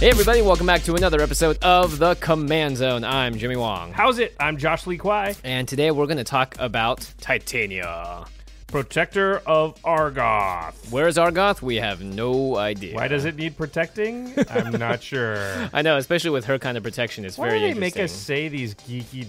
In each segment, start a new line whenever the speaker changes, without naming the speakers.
Hey, everybody, welcome back to another episode of The Command Zone. I'm Jimmy Wong.
How's it? I'm Josh Lee Kwai,
And today we're going to talk about Titania.
protector of Argoth.
Where's Argoth? We have no idea.
Why does it need protecting? I'm not sure.
I know, especially with her kind of protection, it's
Why
very
do they make
interesting.
us say these geeky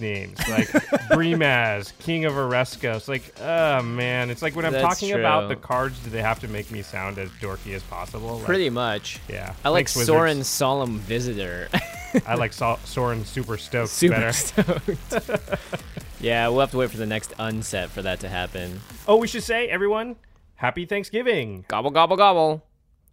names like Brimaz, King of Oresca? It's like, oh man, it's like when I'm
That's
talking about
true.
the cards, do they have to make me sound as dorky as possible? Like,
Pretty much.
Yeah.
I like
Thanks, wizards.
Soren's Solemn Visitor.
I like so- Soren Super Stoked
Super
better.
stoked. yeah, we'll have to wait for the next unset for that to happen.
Oh, we should say everyone, happy Thanksgiving,
Gobble, gobble, gobble.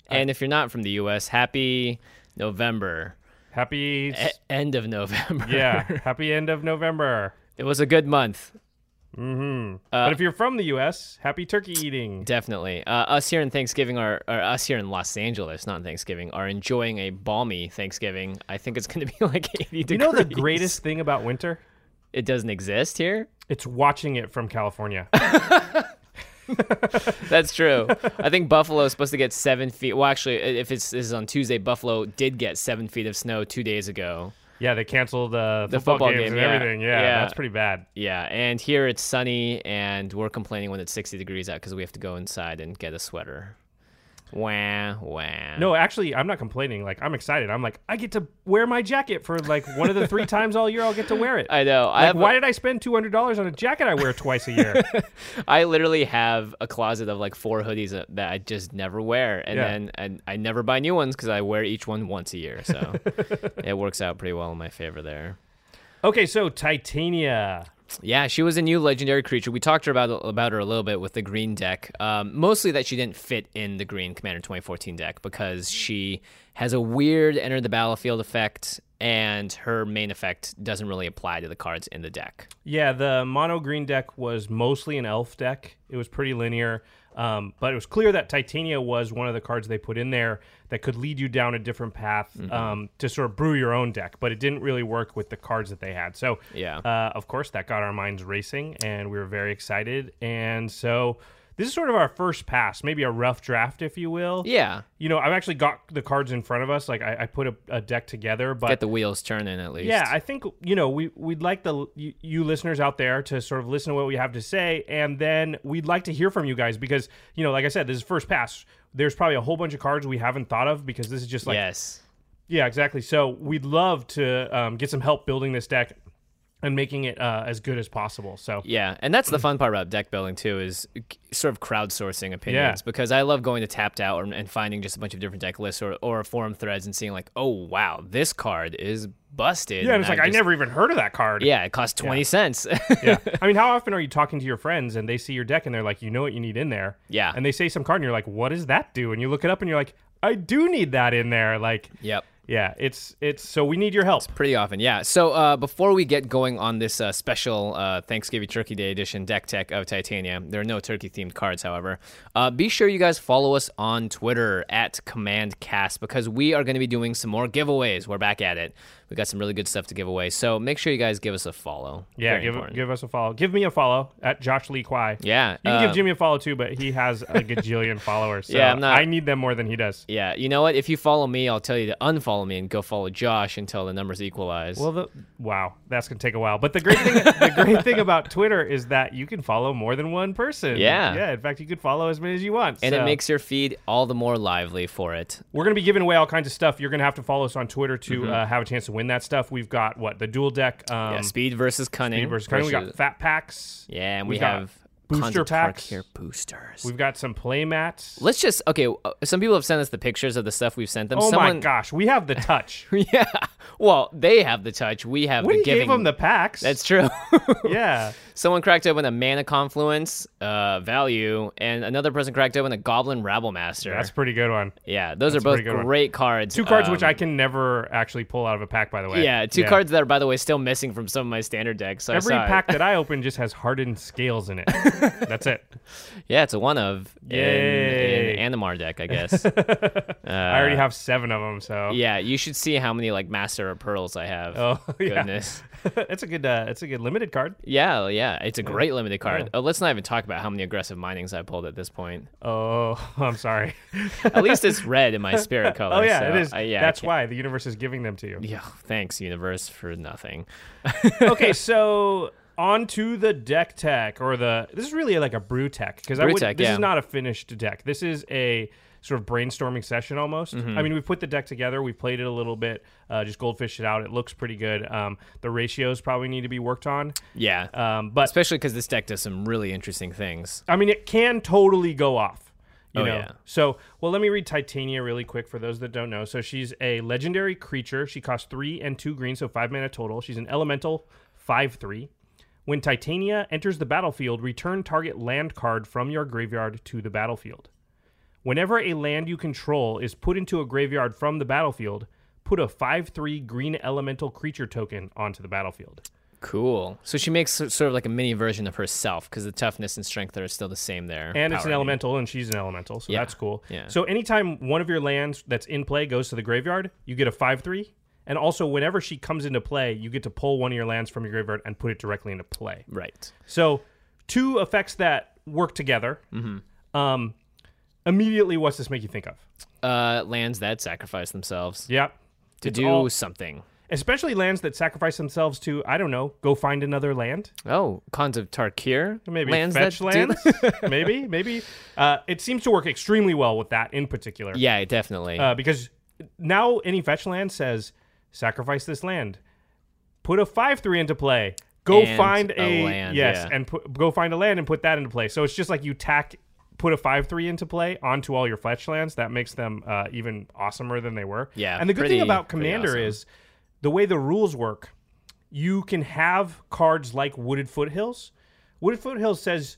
And if you're not from the U.S., happy November.
happy
E- end of November.
yeah, happy end of November.
it was a good month. Uh,
but if you're from the U.S., happy turkey eating.
Definitely. Uh, us here in Thanksgiving are, or us here in Los Angeles, not Thanksgiving, are enjoying a balmy Thanksgiving. I think it's going to be like 80
You
degrees.
know the greatest thing about winter?
It doesn't exist here.
It's watching it from California.
That's true. I think Buffalo is supposed to get seven feet. Well, actually, i- if it's, this is on Tuesday, Buffalo did get seven feet of snow two days ago.
yeah, they canceled the,
The football
football, games
game,
and
yeah.
everything. Yeah,
Yeah.
that's pretty bad.
Yeah, and here it's sunny, and we're complaining when it's 60 degrees out because we have to go inside and get a sweater. Wah, wah.
No, actually, I'm not complaining. Like, I'm excited. I'm like, I get to wear my jacket for like one of the three times all year. I'll get to wear it.
I know. I
Like,
have a-
why did I spend two hundred dollars on a jacket I wear twice a year?
I literally have a closet of like four hoodies that- that I just never wear, and
Yeah.
then and I never buy new ones because I wear each one once a year. So it works out pretty well in my favor there.
okay, so Titania.
Yeah, she was a new legendary creature. We talked to her about about her a little bit with the green deck, um, mostly that she didn't fit in the green Commander 2014 deck because she has a weird enter the battlefield effect, and her main effect doesn't really apply to the cards in the deck.
Yeah, the mono green deck was mostly an elf deck. It was pretty linear, um, but it was clear that Titania was one of the cards they put in there that could lead you down a different path
Mm-hmm.
um, to sort of brew your own deck. But it didn't really work with the cards that they had. So,
Yeah.
uh, of course, that got our minds racing, and we were very excited. And so, this is sort of our first pass, maybe a rough draft, if you will.
Yeah,
You know, I've actually got the cards in front of us. Like I, I put a, a deck together, but
get the wheels turning at least.
yeah, I think you know we we'd like the you, you listeners out there to sort of listen to what we have to say, and then we'd like to hear from you guys because you know, like I said, this is first pass. There's probably a whole bunch of cards we haven't thought of because this is just like
yes.
yeah, exactly. So we'd love to um, get some help building this deck and making it uh, as good as possible. So
Yeah, and that's the fun part about deck building too is c- sort of crowdsourcing opinions
Yeah.
because I love going to Tapped Out and, and finding just a bunch of different deck lists or, or forum threads and seeing like, oh wow, this card is busted.
yeah, and it's like I
just-
never even heard of that card.
Yeah, it costs twenty cents.
yeah. I mean, how often are you talking to your friends and they see your deck and they're like, you know what you need in there?
Yeah.
And they say some card and you're like, what does that do? And you look it up and you're like, I do need that in there. Like,
Yep.
Yeah, it's it's so we need your help.
Pretty often, yeah. So uh, before we get going on this uh, special uh, Thanksgiving Turkey Day edition deck tech of Titania, there are no turkey themed cards, however. Uh, be sure you guys follow us on Twitter at Command Cast because we are going to be doing some more giveaways. We're back at it. We got some really good stuff to give away, so make sure you guys give us a follow.
Yeah,
Very
give
important.
give us a follow. Give me a follow at Josh Lee Kwai.
yeah.
You can
uh,
give Jimmy a follow too, but he has a gajillion followers. So
Yeah, I'm not-
I need them more than he does.
yeah, you know what? If you follow me, I'll tell you to unfollow me and go follow Josh until the numbers equalize.
Well, the, wow, that's gonna take a while. But the great thing, the great thing about Twitter is that you can follow more than one person.
Yeah.
yeah. In fact, you could follow as many as you want,
and
so-
it makes your feed all the more lively for it.
We're going to be giving away all kinds of stuff. You're going to have to follow us on Twitter to
Mm-hmm.
uh, have a chance to win that stuff. We've got what the dual deck, um,
yeah, speed versus cunning.
versus cunning. We
which is-
got fat packs.
Yeah, and
We've
we
got
have
booster
tons of
packs.
Tarkir boosters.
We've got some play mats.
Let's just okay. uh, Some people have sent us the pictures of the stuff we've sent them.
oh
Someone,
my gosh, we have the touch.
Yeah. Well, they have the touch. We have
we
the
gave
giving.
them the packs.
That's true.
yeah.
Someone cracked open a mana confluence uh, value, and another person cracked open a goblin rabble master.
That's a pretty good one.
yeah, those are
a
both
pretty good one.
great cards.
Two cards which
um,
I can never actually pull out of a pack, by the way.
Yeah, two cards that are by the way still missing from some of my standard decks. So I
Every
saw it.
pack that I open just has hardened scales in it. That's it.
Yeah, it's a one of in,
Yay.
in Animar deck, I guess.
I already have seven of them, so
Uh, yeah, you should see how many like master of pearls I have.
Oh, yeah.
goodness.
it's a good. Uh, it's a good limited card.
Yeah, yeah, it's a great limited card. Oh, let's not even talk about how many aggressive minings I pulled at this point.
Oh, I'm sorry.
At least it's red in my spirit color.
Oh yeah,
so
it is.
I- yeah, I
That's
can't-
why the universe is giving them to you.
Yeah, thanks universe for nothing.
okay, so on to the deck tech or the this is really like a brew tech because I
Brew
would
tech,
this
yeah.
is not a finished deck. This is a sort of brainstorming session almost.
Mm-hmm.
I mean, we've put the deck together, we've played it a little bit, uh, just goldfished it out. It looks pretty good. Um, the ratios probably need to be worked on,
Yeah,
um, but
especially because this deck does some really interesting things.
I mean, it can totally go off. You
Oh,
know?
yeah.
So, well, let me read Titania really quick for those that don't know. So, she's a legendary creature. She costs three and two green, so five mana total. She's an elemental, five three. When Titania enters the battlefield, return target land card from your graveyard to the battlefield. Whenever a land you control is put into a graveyard from the battlefield, put a 5 3 green elemental creature token onto the battlefield.
Cool. So she makes so- sort of like a mini version of herself because the toughness and strength are still the same there.
and it's an
Power.
elemental, and she's an elemental, so
Yeah.
that's cool.
Yeah.
So anytime one of your lands that's in play goes to the graveyard, you get a five three, and also whenever she comes into play, you get to pull one of your lands from your graveyard and put it directly into play.
Right.
So two effects that work together.
Mm-hmm.
Um, immediately, what's this make you think of?
Uh, lands that sacrifice themselves
Yeah.
to
It's
do
all-
something.
especially lands that sacrifice themselves to I don't know, go find another land.
Oh, cons of Tarkir.
Maybe
lands
fetch
that
lands.
Do...
maybe, maybe. Uh, it seems to work extremely well with that in particular.
yeah, definitely.
uh, because now any fetch land says sacrifice this land, put a five three into play, go
And
find
a
a,
land,
yes,
yeah.
and put, go find a land and put that into play. So it's just like you tack put a five three into play onto all your fetch lands. That makes them uh, even awesomer than they were.
Yeah,
and the good
pretty-
thing about
pretty
Commander
awesome.
is the way the rules work. You can have cards like Wooded Foothills. Wooded Foothills says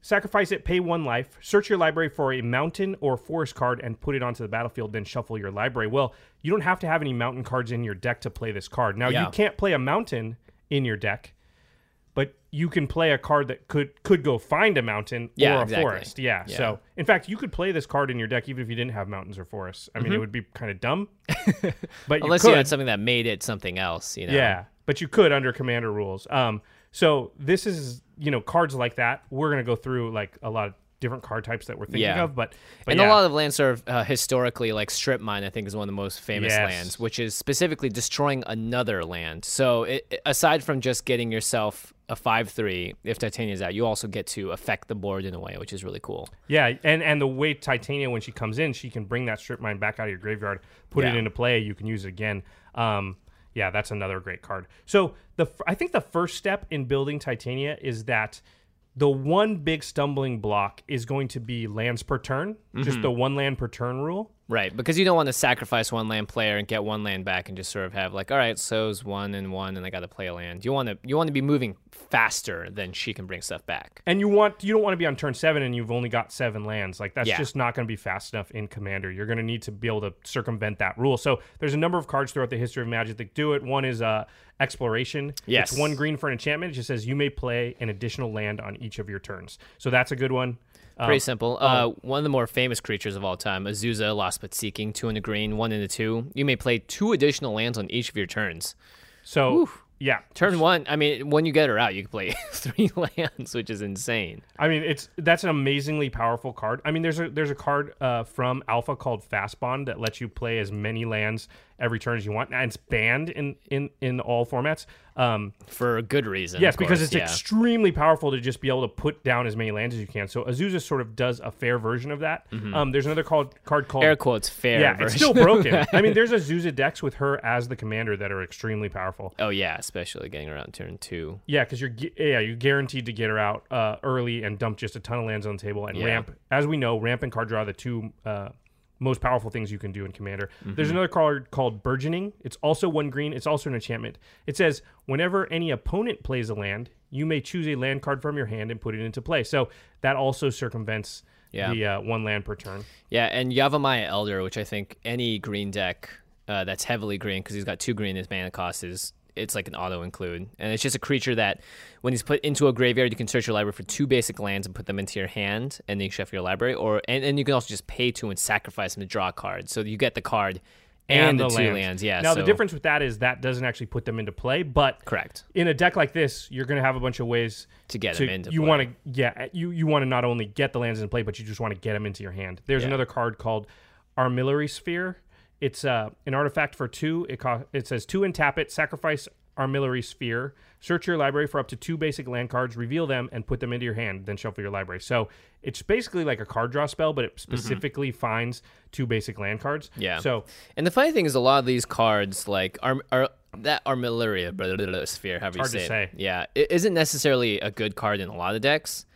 Sacrifice it, pay one life, search your library for a mountain or forest card and put it onto the battlefield, then shuffle your library. Well, you don't have to have any mountain cards in your deck to play this card. Now,
Yeah.
you can't play a mountain in your deck, but you can play a card that could could go find a mountain
Yeah,
or a
exactly.
forest. Yeah.
Yeah.
So, in fact, you could play this card in your deck even if you didn't have mountains or forests. I mean, it would be kind of dumb. but you
Mm-hmm. Unless
could.
you had something that made it something else, you know.
Yeah, but you could under commander rules. Um, so this is you know cards like that. We're gonna go through like a lot of different card types that we're thinking
Yeah.
of, but, but
and
yeah.
a lot of lands are uh, historically like strip mine. I think is one of the most famous
Yes.
lands, which is specifically destroying another land. So it, it- aside from just getting yourself a five three, if Titania's out, you also get to affect the board in a way, which is really cool.
yeah, and and the way Titania when she comes in, she can bring that strip mine back out of your graveyard, put it
Yeah.
into play. You can use it again. Um, yeah, that's another great card. So the f- I think the first step in building Titania is that the
Mm-hmm.
one big stumbling block is going to be lands per turn, just the one land per turn rule.
Right, because you don't want to sacrifice one land player and get one land back and just sort of have like, all right, so's one and one, and I got to play a land. You want to you want to be moving faster than she can bring stuff back.
And you want you don't want to be on turn seven and you've only got seven lands. Like that's
Yeah.
just not going to be fast enough in Commander. You're going to need to be able to circumvent that rule. So there's a number of cards throughout the history of Magic that do it. One is uh, Exploration.
Yes.
It's one green for an enchantment. It just says you may play an additional land on each of your turns. So that's a good one. Um,
Pretty simple. uh, one of the more famous creatures of all time, Azusa, Lost But Seeking, two in a green, one in a two. You may play two additional lands on each of your turns.
so yeah,
Turn one, I mean, when you get her out, you can play three lands, which is insane.
I mean, it's that's an amazingly powerful card. I mean, there's a there's a card uh, from Alpha called Fast Bond that lets you play as many lands every turn as you want, and it's banned in in in all formats. Um,
For a good reason.
yes,
of
because
course,
it's
yeah.
extremely powerful to just be able to put down as many lands as you can. So Azusa sort of does a fair version of that. Um, there's another called, card called
Mm-hmm. air quotes fair.
yeah,
version.
it's still broken. I mean, there's Azusa decks with her as the commander that are extremely powerful.
oh yeah, especially getting around turn two.
Yeah, because you're gu- yeah you're guaranteed to get her out uh, early and dump just a ton of lands on the table and
Yeah.
ramp. As we know, ramp and card draw are the two uh, most powerful things you can do in Commander.
Mm-hmm.
There's another card called Burgeoning. It's also one green. It's also an enchantment. It says whenever any opponent plays a land, you may choose a land card from your hand and put it into play. So that also circumvents
Yeah.
the uh, one land per turn.
Yeah, and Yavamaya Elder, which I think any green deck uh, that's heavily green, because he's got two green, his mana cost is it's like an auto include, and it's just a creature that when he's put into a graveyard, you can search your library for two basic lands and put them into your hand, and then you shuffle your library, or and, and you can also just pay two and sacrifice them to draw a card, so you get the card and, the, two lands. Yeah.
Now the
so-
difference with that is that doesn't actually put them into play, but
Correct.
In a deck like this, you're going to have a bunch of ways
To get them into
You
play.
want to yeah, you you want to not only get the lands in play, but you just want to get them into your hand. There's
Yeah.
another card called Armillary Sphere. It's uh, an artifact for two. It co- it says two and tap it. Sacrifice Armillary Sphere. Search your library for up to two basic land cards. Reveal them and put them into your hand. Then shuffle your library. So it's basically like a card draw spell, but it specifically finds two basic land cards.
Mm-hmm. Yeah.
So
And the funny thing is, a lot of these cards, like are, are that Armillaria blah, blah, blah, sphere, however
hard
you
to
say,
say.
it, yeah, it isn't necessarily a good card in a lot of decks.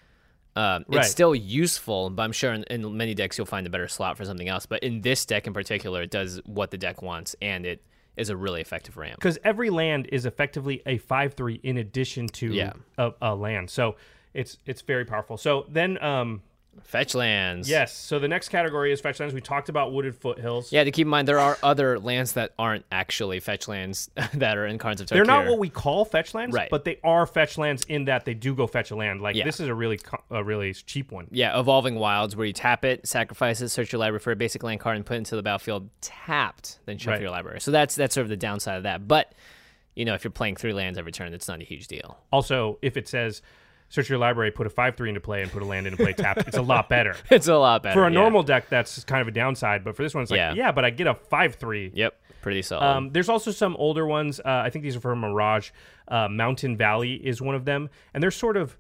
Um,
Right.
It's still useful, but I'm sure in, in many decks you'll find a better slot for something else. But in this deck in particular, it does what the deck wants, and it is a really effective ramp.
because every land is effectively a five three in addition to
Yeah.
a, a land. So it's it's very powerful. So then um
Fetch lands.
yes, so the next category is fetch lands. We talked about wooded foothills.
Yeah, to keep in mind, there are other lands that aren't actually fetch lands that are in Cards of Tarkir.
They're not what we call fetch lands,
Right.
but they are fetch lands in that they do go fetch a land. Like
Yeah.
this is a really co- a really cheap one.
Yeah, Evolving Wilds, where you tap it, sacrifice it, search your library for a basic land card, and put it into the battlefield tapped, then shuffle
Right.
your library. So that's that's sort of the downside of that. But you know, if you're playing three lands every turn, it's not a huge deal.
Also, if it says search your library, put a five three into play and put a land into play tapped, it's a lot better.
It's a lot better
For a
yeah.
normal deck, that's kind of a downside, but for this one, it's like,
Yeah.
yeah, but I get a five three.
Yep, pretty solid.
Um, there's also some older ones. Uh, I think these are from Mirage. Uh, Mountain Valley is one of them, and they're sort of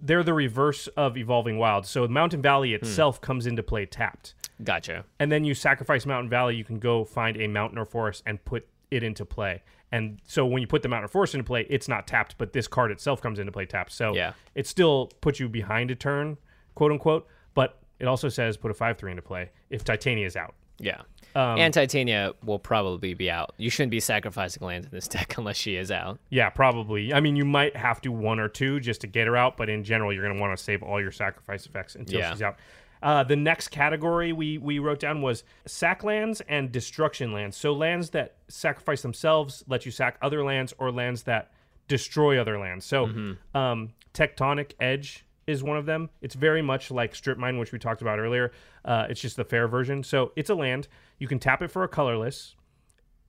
they're the reverse of Evolving Wilds. So Mountain Valley itself comes into play tapped,
gotcha.
and then you sacrifice Mountain Valley. You can go find a mountain or forest and put it into play. And so when you put the mountain or forest into play, it's not tapped, but this card itself comes into play tapped. So
Yeah.
it still puts you behind a turn, quote unquote. But it also says put a five three into play if Titania is out.
Yeah.
um,
and Titania will probably be out. You shouldn't be sacrificing lands in this deck unless she is out.
Yeah, probably. I mean, you might have to one or two just to get her out, but in general, you're going to want to save all your sacrifice effects until
Yeah.
she's out. Uh, the next category we, we wrote down was sack lands and destruction lands. So lands that sacrifice themselves, let you sack other lands, or lands that destroy other lands. So um, tectonic edge is one of them. It's very much like strip mine, which we talked about earlier. Uh, it's just the fair version. So it's a land you can tap it for a colorless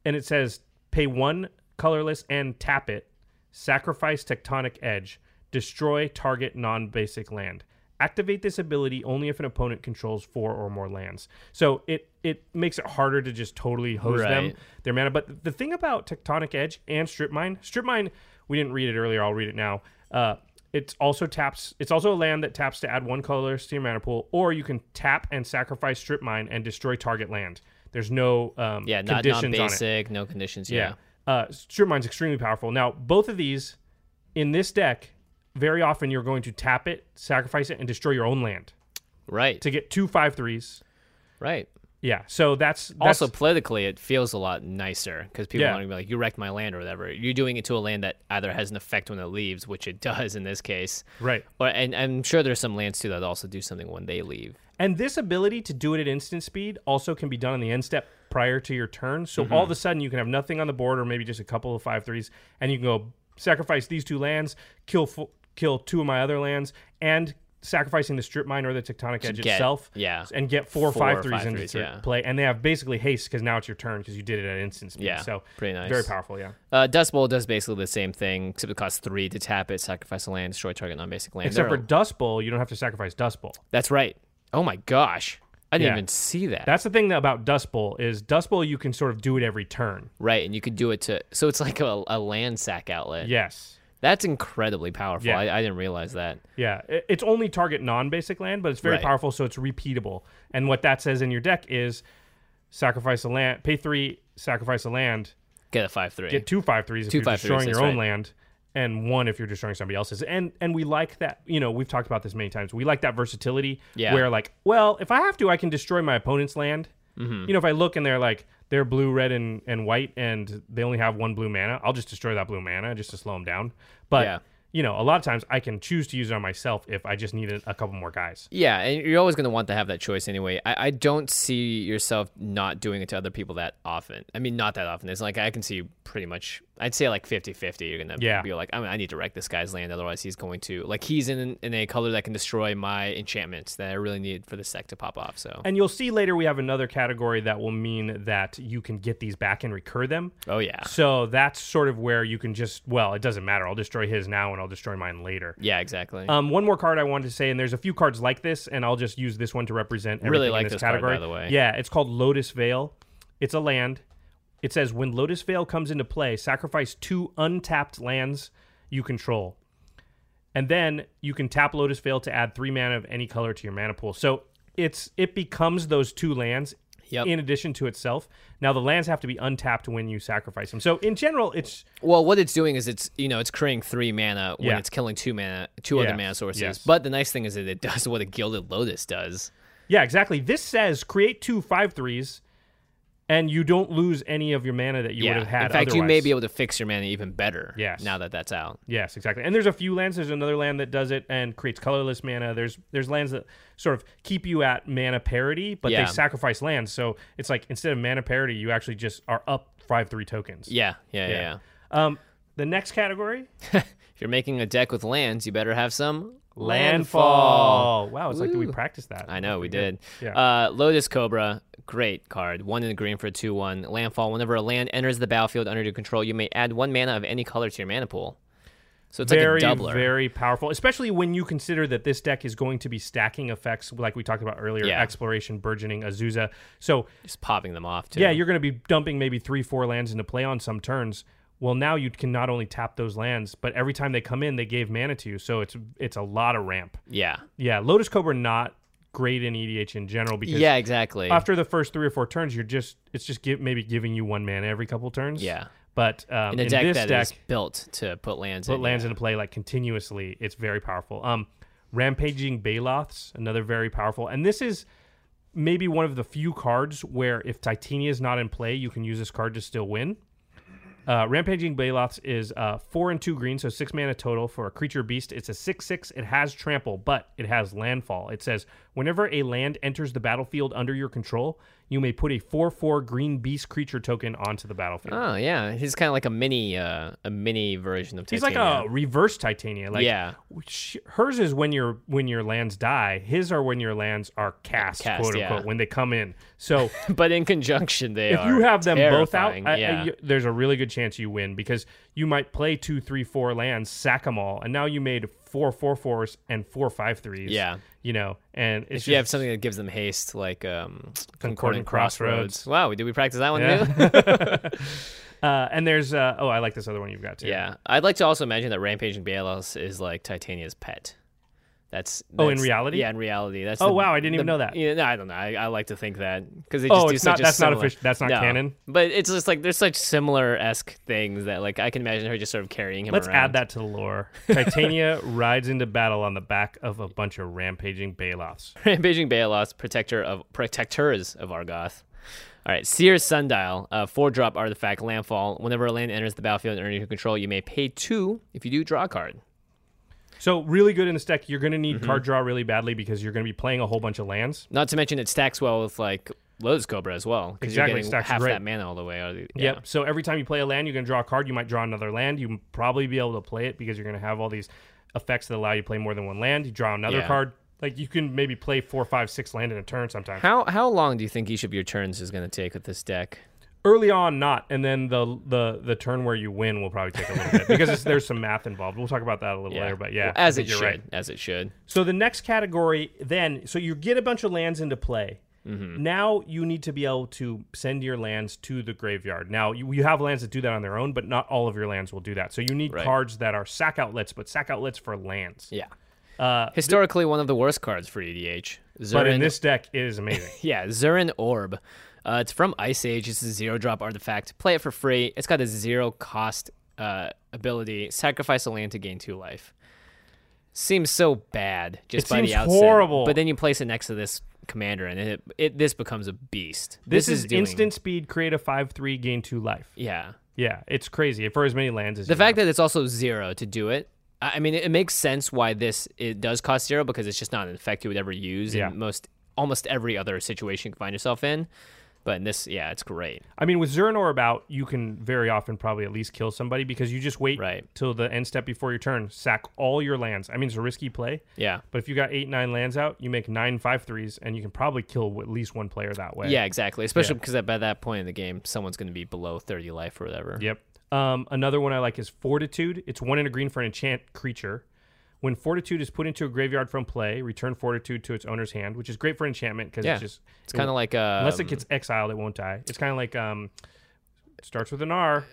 and it says pay one colorless and tap it sacrifice tectonic edge destroy target non-basic land activate this ability only if an opponent controls four or more lands so it it makes it harder to just totally hose them
Right.
their mana but the thing about tectonic edge and strip mine strip mine we didn't read it earlier i'll read it now uh it's also taps it's also a land that taps to add one colorless to your mana pool or you can tap and sacrifice strip mine and destroy target land there's no um
Yeah, not non
conditions on it.
basic, no conditions. Yeah.
Uh, Strip Mine's extremely powerful. Now, both of these in this deck, very often you're going to tap it, sacrifice it, and destroy your own land
Right.
to get two five threes.
Right.
Yeah, so that's, that's
Also, politically, it feels a lot nicer because people
Yeah.
want to be like, "You wrecked my land" or whatever. You're doing it to a land that either has an effect when it leaves, which it does in this case,
right.
or and I'm sure there's some lands too that also do something when they leave.
And this ability to do it at instant speed also can be done on the end step prior to your turn. So all
Mm-hmm.
of a sudden you can have nothing on the board or maybe just a couple of five threes and you can go sacrifice these two lands, kill fo- kill two of my other lands and sacrificing the strip mine or the tectonic edge
get-
itself
yeah.
and get four, or
Four or
five threes
five
into
threes,
thir-
yeah.
play and they have basically haste because now it's your turn because you did it at instant speed
Yeah,
so
pretty nice.
very powerful yeah
Uh, Dust Bowl does basically the same thing, except it costs three to tap it, sacrifice a land, destroy target non-basic land.
except for
There are-
dust bowl you don't have to sacrifice dust bowl
that's right. Oh my gosh, I didn't
Yeah.
even see that.
that's the thing about dust bowl is dust bowl you can sort of do it every turn
right, and you could do it to. So it's like a, a land sack outlet.
yes
that's incredibly powerful.
Yeah.
I, I didn't realize that.
Yeah, i- it's only target non-basic land, but it's very
Right.
powerful, so it's repeatable. And what that says in your deck is sacrifice a land, pay three, sacrifice a land,
Get a five three.
get two five threes if
Two
you're
five threes,
destroying your
that's
own
right.
land, and one if you're destroying somebody else's. And and we like that. You know, we've talked about this many times. We like that versatility.
Yeah.
Where like, well, if I have to, I can destroy my opponent's land.
Mm-hmm.
You know, if I look and they're like they're blue, red, and and white, and they only have one blue mana, I'll just destroy that blue mana just to slow them down. But
Yeah.
you know, a lot of times I can choose to use it on myself if I just need a, a couple more guys.
Yeah, and you're always going to want to have that choice anyway. I, I don't see yourself not doing it to other people that often. I mean, not that often. It's like I can see pretty much, I'd say like 50 50. You're going to
Yeah.
be like, I, mean, I need to wreck this guy's land. Otherwise, he's going to, like, he's in, in a color that can destroy my enchantments that I really need for this deck to pop off. So,
And you'll see later we have another category that will mean that you can get these back and recur them.
oh, yeah.
So that's sort of where you can just well, it doesn't matter. I'll destroy his now and I'll destroy mine later.
Yeah, exactly.
Um, one more card I wanted to say, and there's a few cards like this, and I'll just use this one to represent.
Really
everything
like
in this,
this card,
category.
by the way.
Yeah, it's called Lotus Veil. It's a land. It says when Lotus Veil comes into play, sacrifice two untapped lands you control, and then you can tap Lotus Veil to add three mana of any color to your mana pool. So it's it becomes those two lands.
Yep.
In addition to itself, now the lands have to be untapped when you sacrifice them. So in general, it's
Well, what it's doing is it's you know it's creating three mana when
Yeah.
it's killing two mana, two
Yeah.
other mana sources.
Yes.
But the nice thing is that it does what a gilded lotus does.
Yeah, exactly. This says create two five threes, and you don't lose any of your mana that you would
yeah.
have had.
In fact, you may
otherwise.
be able to fix your mana even better.
Yes.
Now that that's out.
Yes, exactly. And there's a few lands. There's another land that does it and creates colorless mana. There's there's lands that sort of keep you at mana parity, but
Yeah.
they sacrifice lands. So it's like instead of mana parity, you actually just are up five three tokens.
Yeah, yeah, yeah. yeah.
Um, the next category,
If you're making a deck with lands, you better have some
Wow, it's like did we practice that?
I know we did.
Yeah.
Uh, Lotus Cobra, great card. One in the green for a two-one landfall. Whenever a land enters the battlefield under your control, you may add one mana of any color to your mana pool. So it's
very,
like a doubler.
very powerful, especially when you consider that this deck is going to be stacking effects, like we talked about earlier,
Yeah.
exploration, burgeoning, Azusa. So
Just popping them off too.
yeah, you're going to be dumping maybe three, four lands into play on some turns. Well, now you can not only tap those lands, but every time they come in, they gave mana to you. So it's it's a lot of ramp.
yeah,
Yeah, Lotus Cobra not great in EDH in general because
yeah, exactly.
after the first three or four turns, you're just it's just give, maybe giving you one mana every couple turns.
Yeah.
but um,
in
in,
a deck
this
that is
deck,
built to put lands
put
in.
lands
yeah.
into play like continuously. It's very powerful. Um, rampaging Baloths, another very powerful, and this is maybe one of the few cards where if Titania is not in play, you can use this card to still win. Uh, rampaging Baloths is uh, four and two green, so six mana total for a creature beast. It's a six six. It has trample, but it has landfall. It says whenever a land enters the battlefield under your control, you may put a four four green beast creature token onto the battlefield.
Oh yeah, he's kind of like a mini, uh, a mini version of.
He's
Titania.
like a reverse Titania. Like
Yeah.
which, hers is when your when your lands die. His are when your lands are cast,
Cast,
quote unquote,
yeah.
when they come in. So
but in conjunction they
if
are
you have them both out,
terrifying.
I- I-
yeah.
you- there's a really good chance you win because you might play two, three, four lands, sack them all, and now you made four four fours and four five threes.
Yeah.
you know, and it's
if you have
just-
something that gives them haste, like um, Concordant
Concordant Crossroads.
Crossroads. Wow, did we practice that one too?
Yeah. uh, and there's uh, oh, I like this other one you've got too.
yeah, I'd like to also imagine that Rampage and Balos is like Titania's pet. That's,
Oh, in
that's-
reality?
Yeah, in reality. That's
Oh,
the-
wow, I didn't even
the-
know that.
Yeah, no, I don't know. I, I like to think that because they
Oh,
just do
it's
such
not-
a
that's not
similar-
offici- that's not
No.
canon?
But it's just like there's such similar esque things that like I can imagine her just sort of carrying him.
Let's
around.
add that to the lore. Titania rides into battle on the back of a bunch of rampaging Baloths.
Rampaging Baelos, protector of protectors of Argoth. All right, Seer's Sundial, a four drop artifact, landfall. Whenever a land enters the battlefield under your control, you may pay two if you do draw a card.
So really good in this deck. You're going to
Mm-hmm.
need card draw really badly because you're going to be playing a whole bunch of lands.
Not to mention it stacks well with like Lotus Cobra as well. 'cause
Exactly,
you're
it
getting
stacks
half
great.
that mana all the way. or the- yeah.
Yep. So every time you play a land, you're going to draw a card. You might draw another land. You probably be able to play it because you're going to have all these effects that allow you to play more than one land. You draw another
Yeah.
card. Like you can maybe play four, five, six land in a turn sometimes.
How how long do you think each of your turns is going to take with this deck?
Early on, not, and then the the the turn where you win will probably take a little bit because it's, there's some math involved. We'll talk about that a little later. But yeah,
Well, as
I
it
think
should,
you're right.
as it should.
So the next category, then, so you get a bunch of lands into play.
Mm-hmm.
Now you need to be able to send your lands to the graveyard. Now you, you have lands that do that on their own, but not all of your lands will do that. So you need
Right.
cards that are sack outlets, but sack outlets for lands.
Yeah.
Uh,
Historically, one of the worst cards for EDH. Zurin,
but in this deck, it is amazing.
Yeah, Zurin Orb. Uh, it's from Ice Age. It's a zero drop artifact. Play it for free. It's got a zero cost uh, ability. Sacrifice a land to gain two life. Seems so bad just
It
by the
seems
outset.
horrible.
But then you place it next to this commander, and it, it this becomes a beast.
this,
is,
is,
doing-
instant speed, create a five three, gain two life.
Yeah,
Yeah, it's crazy for as many lands as
the
you
fact that it's also zero to do it. I I mean, it, it makes sense why this it does cost zero because it's just not an effect you would ever use
Yeah.
in most almost every other situation you can find yourself in. But in this, yeah, it's great.
I mean, with Zurin Orb out, you can very often probably at least kill somebody because you just wait
Right.
till the end step before your turn, sack all your lands. I mean, it's a risky play.
Yeah.
But if you got eight, nine lands out, you make nine five threes, and you can probably kill at least one player that way.
Yeah, exactly. Especially because at by that point in the game, someone's going to be below 30 life or whatever.
Yep. Um, another one I like is Fortitude. It's one in a green for an enchant creature. When Fortitude is put into a graveyard from play, return Fortitude to its owner's hand, which is great for enchantment because
Yeah.
it's just
It's kind of like uh
unless it gets exiled, it won't die. It's kind of like um, starts with an R.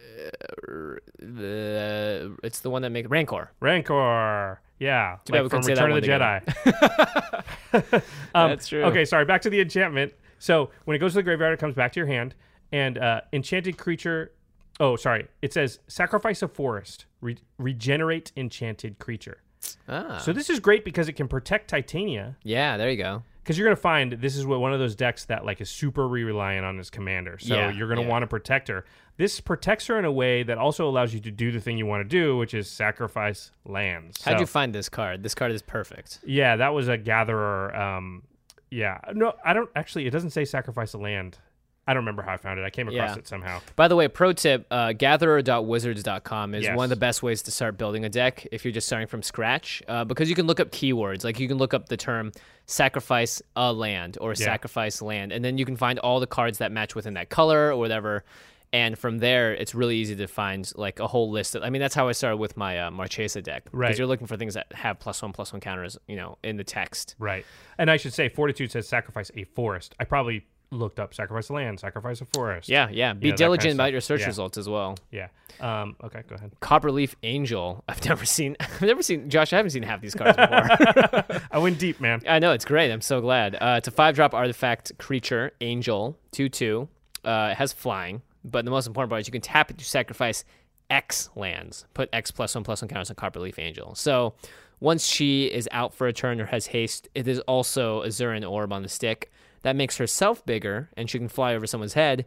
the it's the one that makes Rancor.
Rancor. Yeah.
Too bad we
from
couldn't say
Return
that
of the
one
Jedi.
Um, That's true.
Okay, sorry. Back to the enchantment. So when it goes to the graveyard, it comes back to your hand. And uh, enchanted creature. Oh, sorry. It says sacrifice a forest, re- regenerate enchanted creature.
Ah.
So this is great because it can protect Titania.
yeah, there you go.
Because you're gonna find this is what one of those decks that like is super re reliant on his commander. So
Yeah,
you're gonna
yeah.
want to protect her. This protects her in a way that also allows you to do the thing you want to do, which is sacrifice lands.
How'd
So-
you find this card? This card is perfect.
yeah, that was a gatherer. Um, yeah, no, I don't actually. It doesn't say sacrifice a land. I don't remember how I found it. I came across
Yeah.
it somehow.
By the way, pro tip, uh, gatherer.wizards.com is
Yes.
one of the best ways to start building a deck if you're just starting from scratch uh, because you can look up keywords. Like you can look up the term sacrifice a land or sacrifice land, and then you can find all the cards that match within that color or whatever. And from there, it's really easy to find like a whole list. Of, I mean, that's how I started with my uh, Marchesa deck.
Right.
Because you're looking for things that have plus one, plus one counters, you know, in the text.
Right, and I should say fortitude says sacrifice a forest. I probably looked up sacrifice a land, sacrifice a forest.
Yeah, yeah. Be
Yeah, that kind of
diligent
stuff.
about your search
Yeah.
results as well.
yeah. Um, okay, go ahead.
Copperleaf Angel. I've never seen. I've never seen. Josh, I haven't seen half these cards before.
I went deep, man.
I know it's great. I'm so glad. Uh, it's a five drop artifact creature, angel, two two. Uh, it has flying, but the most important part is you can tap it to sacrifice X lands. Put X plus one plus one counters on Copperleaf Angel. So once she is out for a turn or has haste, it is also a Zurin orb on the stick that makes herself bigger, and she can fly over someone's head.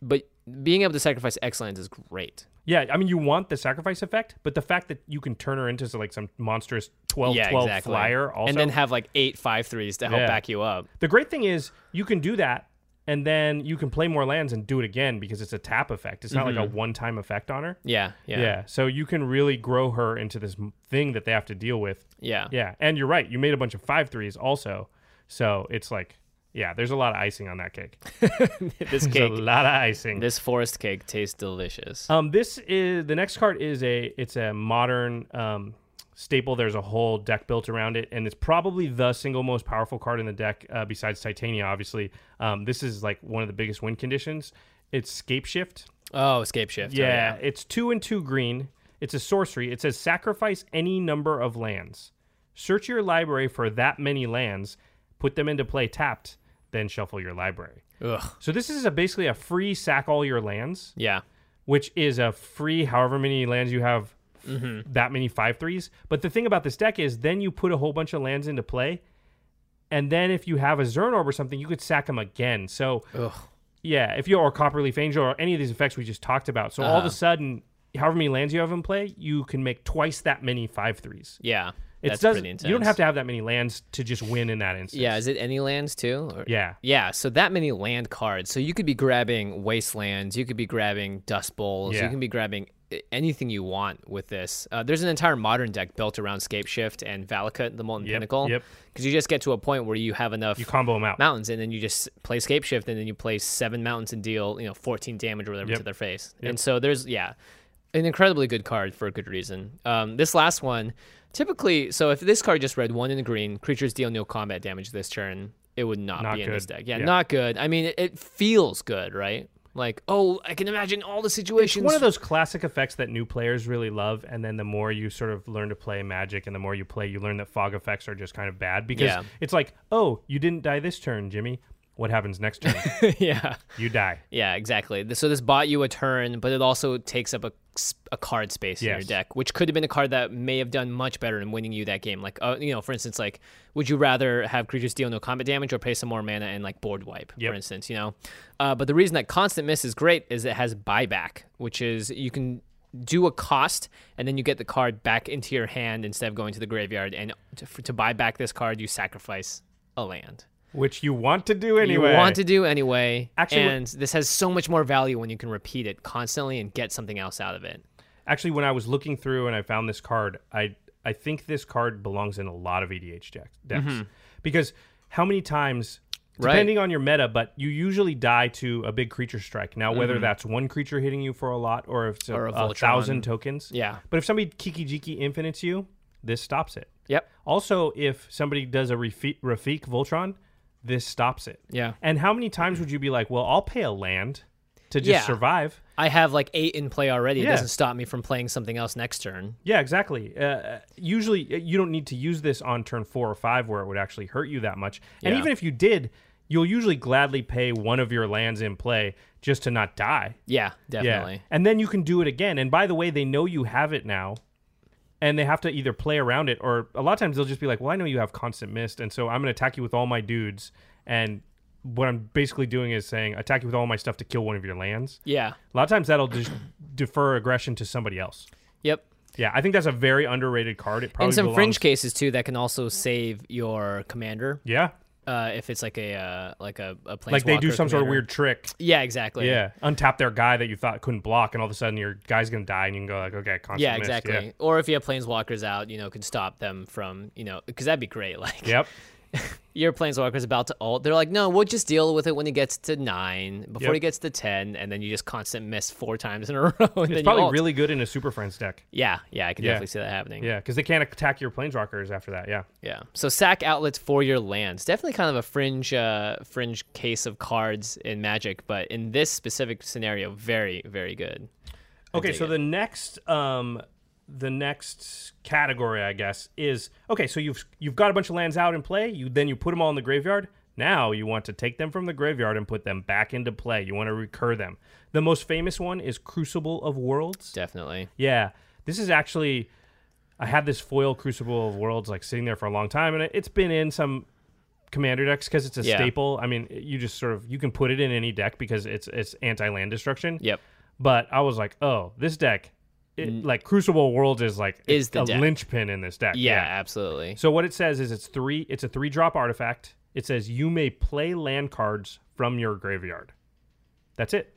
But being able to sacrifice X lands is great.
Yeah, I mean, you want the sacrifice effect, but the fact that you can turn her into so, like some monstrous 12 12 Oh, flyer also.
and then have like eight five threes to help
Yeah.
back you up.
the great thing is you can do that, and then you can play more lands and do it again because it's a tap effect. It's not like a one time effect on her.
Yeah, Mm-hmm. yeah,
Yeah. So you can really grow her into this m- thing that they have to deal with.
yeah.
Yeah. And you're right. You made a bunch of five threes also. So it's like, yeah, there's a lot of icing on that cake.
This
There's
cake
a lot of icing.
This forest cake tastes delicious.
um, this is the next card is a it's a modern um staple. There's a whole deck built around it, and it's probably the single most powerful card in the deck uh, besides Titania. Obviously, um, this is like one of the biggest win conditions. It's Scape Shift.
oh, escape shift. Oh,
Yeah, it's two and two green. It's a sorcery. It says sacrifice any number of lands. Search your library for that many lands, put them into play tapped, then shuffle your library.
Ugh.
So this is a, basically a free sack all your lands,
Yeah.
which is a free however many lands you have,
Mm-hmm.
that many five threes. But the thing about this deck is then you put a whole bunch of lands into play, and then if you have a Zern Orb or something, you could sack them again. So
Ugh.
yeah, if you or Copperleaf Angel or any of these effects we just talked about. So all
Uh-huh.
of a sudden, however many lands you have in play, you can make twice that many five threes.
Yeah.
It
That's
does.
pretty
You
intense.
don't have to have that many lands to just win in that instance.
Yeah. Is it any lands too? Or-
Yeah.
Yeah, so that many land cards. So you could be grabbing wastelands, you could be grabbing dust bowls,
Yeah.
you can be grabbing a- anything you want with this. Uh, there's an entire modern deck built around Scape Shift and Valakut, the Molten
Yep,
Pinnacle.
yep.
Because you just get to a point where you have enough
You combo them out.
mountains, and then you just play Scape Shift, and then you play seven mountains and deal you know 14 damage or whatever
Yep.
to their face. And so there's yeah, an incredibly good card for a good reason. Um, this last one, typically, so if this card just read one in the green, creatures deal no combat damage this turn. It would not,
Not
be in this
good.
deck. Yeah,
Yeah.
not good. I mean, it, it feels good, right? Like, oh, I can imagine all the situations.
One of those classic effects that new players really love, and then the more you sort of learn to play Magic, and the more you play, you learn that fog effects are just kind of bad because
Yeah.
it's like, oh, you didn't die this turn, Jimmy. What happens next turn?
yeah.
you die.
Yeah, exactly. Th- So this bought you a turn, but it also takes up a, s- a card space in your
Yes.
deck, which could have been a card that may have done much better in winning you that game. Like, uh, you know, for instance, like, would you rather have creatures deal no combat damage or pay some more mana and like board wipe,
Yep.
for instance? You know, uh, but the reason that constant miss is great is it has buyback, which is you can do a cost and then you get the card back into your hand instead of going to the graveyard. And to, for, to buy back this card, you sacrifice a land
Which you want to do anyway.
you want to do anyway.
Actually,
and this has so much more value when you can repeat it constantly and get something else out of it.
Actually, when I was looking through and I found this card, I I think this card belongs in a lot of E EDH deck, decks because how many times,
Mm-hmm. Right.
depending on your meta, but you usually die to a big creature strike. Now, whether that's one creature hitting you for a lot or if it's a,
Mm-hmm. Or a
a thousand
Voltron.
tokens,
Yeah.
But if somebody Kiki Jiki infinites you, this stops it.
Yep.
Also, if somebody does a Rafi- Rafik Voltron, this stops it.
Yeah.
And how many times would you be like, well, I'll pay a land to just
Yeah.
survive?
I have like eight in play already. It
Yeah.
doesn't stop me from playing something else next turn.
Yeah, exactly. Uh, usually, uh, you don't need to use this on turn four or five where it would actually hurt you that much. And
Yeah.
even if you did, you'll usually gladly pay one of your lands in play just to not die.
Yeah, definitely.
Yeah. And then you can do it again. And by the way, they know you have it now. And they have to either play around it or a lot of times they'll just be like, Well, I know you have constant mist, and so I'm gonna attack you with all my dudes and what I'm basically doing is saying attack you with all my stuff to kill one of your lands.
Yeah.
A lot of times that'll just defer aggression to somebody else.
Yep.
Yeah, I think that's a very underrated card. It probably
and some
belongs-
fringe cases too that can also save your commander
Yeah,
uh, if it's like a uh, like a, a
like they do
planeswalker
some sort of
commander.
weird trick.
Yeah, exactly.
Yeah, untap their guy that you thought couldn't block, and all of a sudden your guy's gonna die, and you can go like, okay, constant
Yeah,
miss.
exactly. Or if you have planeswalkers out, you know, can stop them from, you know, because that'd be great. Like,
Yeah. Yep.
your planeswalker's about to ult. They're like, no, we'll just deal with it when he gets to nine, before
Yep.
he gets to ten, and then you just constant miss four times in a row. And then
It's
you
probably
ult.
really good in a Super Friends deck.
yeah, yeah. I can
Yeah.
definitely see that happening.
Yeah, because they can't attack your Planeswalkers after that. Yeah.
yeah. So sack outlets for your lands, definitely kind of a fringe, uh, fringe case of cards in Magic, but in this specific scenario, very, very good.
Okay,
dig
so
it.
the next um the next category, I guess, is okay. So you've you've got a bunch of lands out in play. You then you put them all in the graveyard. Now you want to take them from the graveyard and put them back into play. You want to recur them. The most famous one is Crucible of Worlds.
Definitely.
Yeah, this is actually. I had this foil Crucible of Worlds like sitting there for a long time, and it- it's been in some commander decks because it's a
Yeah.
staple. I mean, you just sort of you can put it in any deck because it's it's anti land destruction.
Yep.
But I was like, oh, this deck, it, like Crucible Worlds is like
Mm. Is the
a
deck.
linchpin in this deck.
Yeah, absolutely.
So what it says is it's three. It's a three drop artifact. It says you may play land cards from your graveyard. That's it.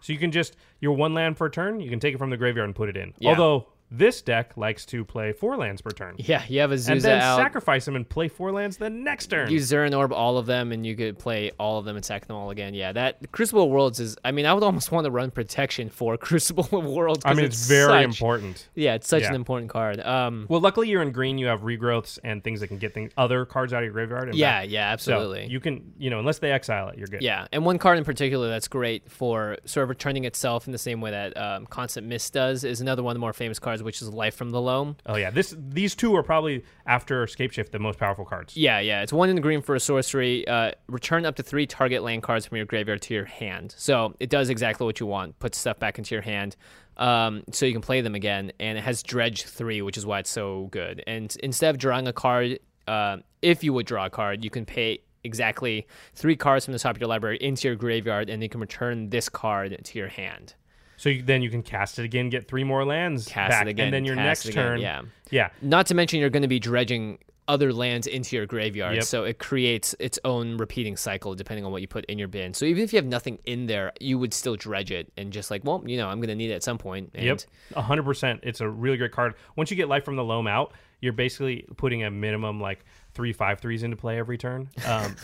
So you can just your one land per turn. You can take it from the graveyard and put it in.
Yeah.
Although this deck likes to play four lands per turn,
Yeah, you have a Zuza
and then
out.
sacrifice them and play four lands the next turn.
Use Zurin Orb, all of them, and you could play all of them and sack them all again. Yeah, that Crucible Worlds is. I mean, I would almost want to run protection for Crucible of Worlds.
I
'cause
mean, it's,
such-
very important.
Yeah, it's such an
Yeah.
important card. Um,
Well, luckily you're in green. You have regrowths and things that can get things other cards out of your graveyard. And
yeah,
back.
yeah,
So
absolutely.
you can, you know, unless they exile it, you're good.
yeah, and one card in particular that's great for sort of returning itself in the same way that um, Constant Mist does is another one of the more famous cards cards, which is Life from the Loam.
Oh yeah, this these two are probably after Escape Shift the most powerful cards.
Yeah, yeah. It's one in the green for a sorcery. Uh, return up to three target land cards from your graveyard to your hand. So it does exactly what you want. Puts stuff back into your hand, um, so you can play them again. And it has Dredge three, which is why it's so good. And instead of drawing a card, uh, if you would draw a card, you can pay exactly three cards from the top of your library into your graveyard, and you can return this card to your hand.
So you, then you can cast it again, get three more lands
Cast
back,
it again.
and then your
cast
next
it again,
turn,
yeah.
yeah,
Not to mention you're going to be dredging other lands into your graveyard,
Yep.
so it creates its own repeating cycle depending on what you put in your bin. So even if you have nothing in there, you would still dredge it and just like, well, you know, I'm going to need it at some point. And
Yep, a hundred percent. It's a really great card. Once you get life from the loam out, you're basically putting a minimum like three five threes into play every turn. Um,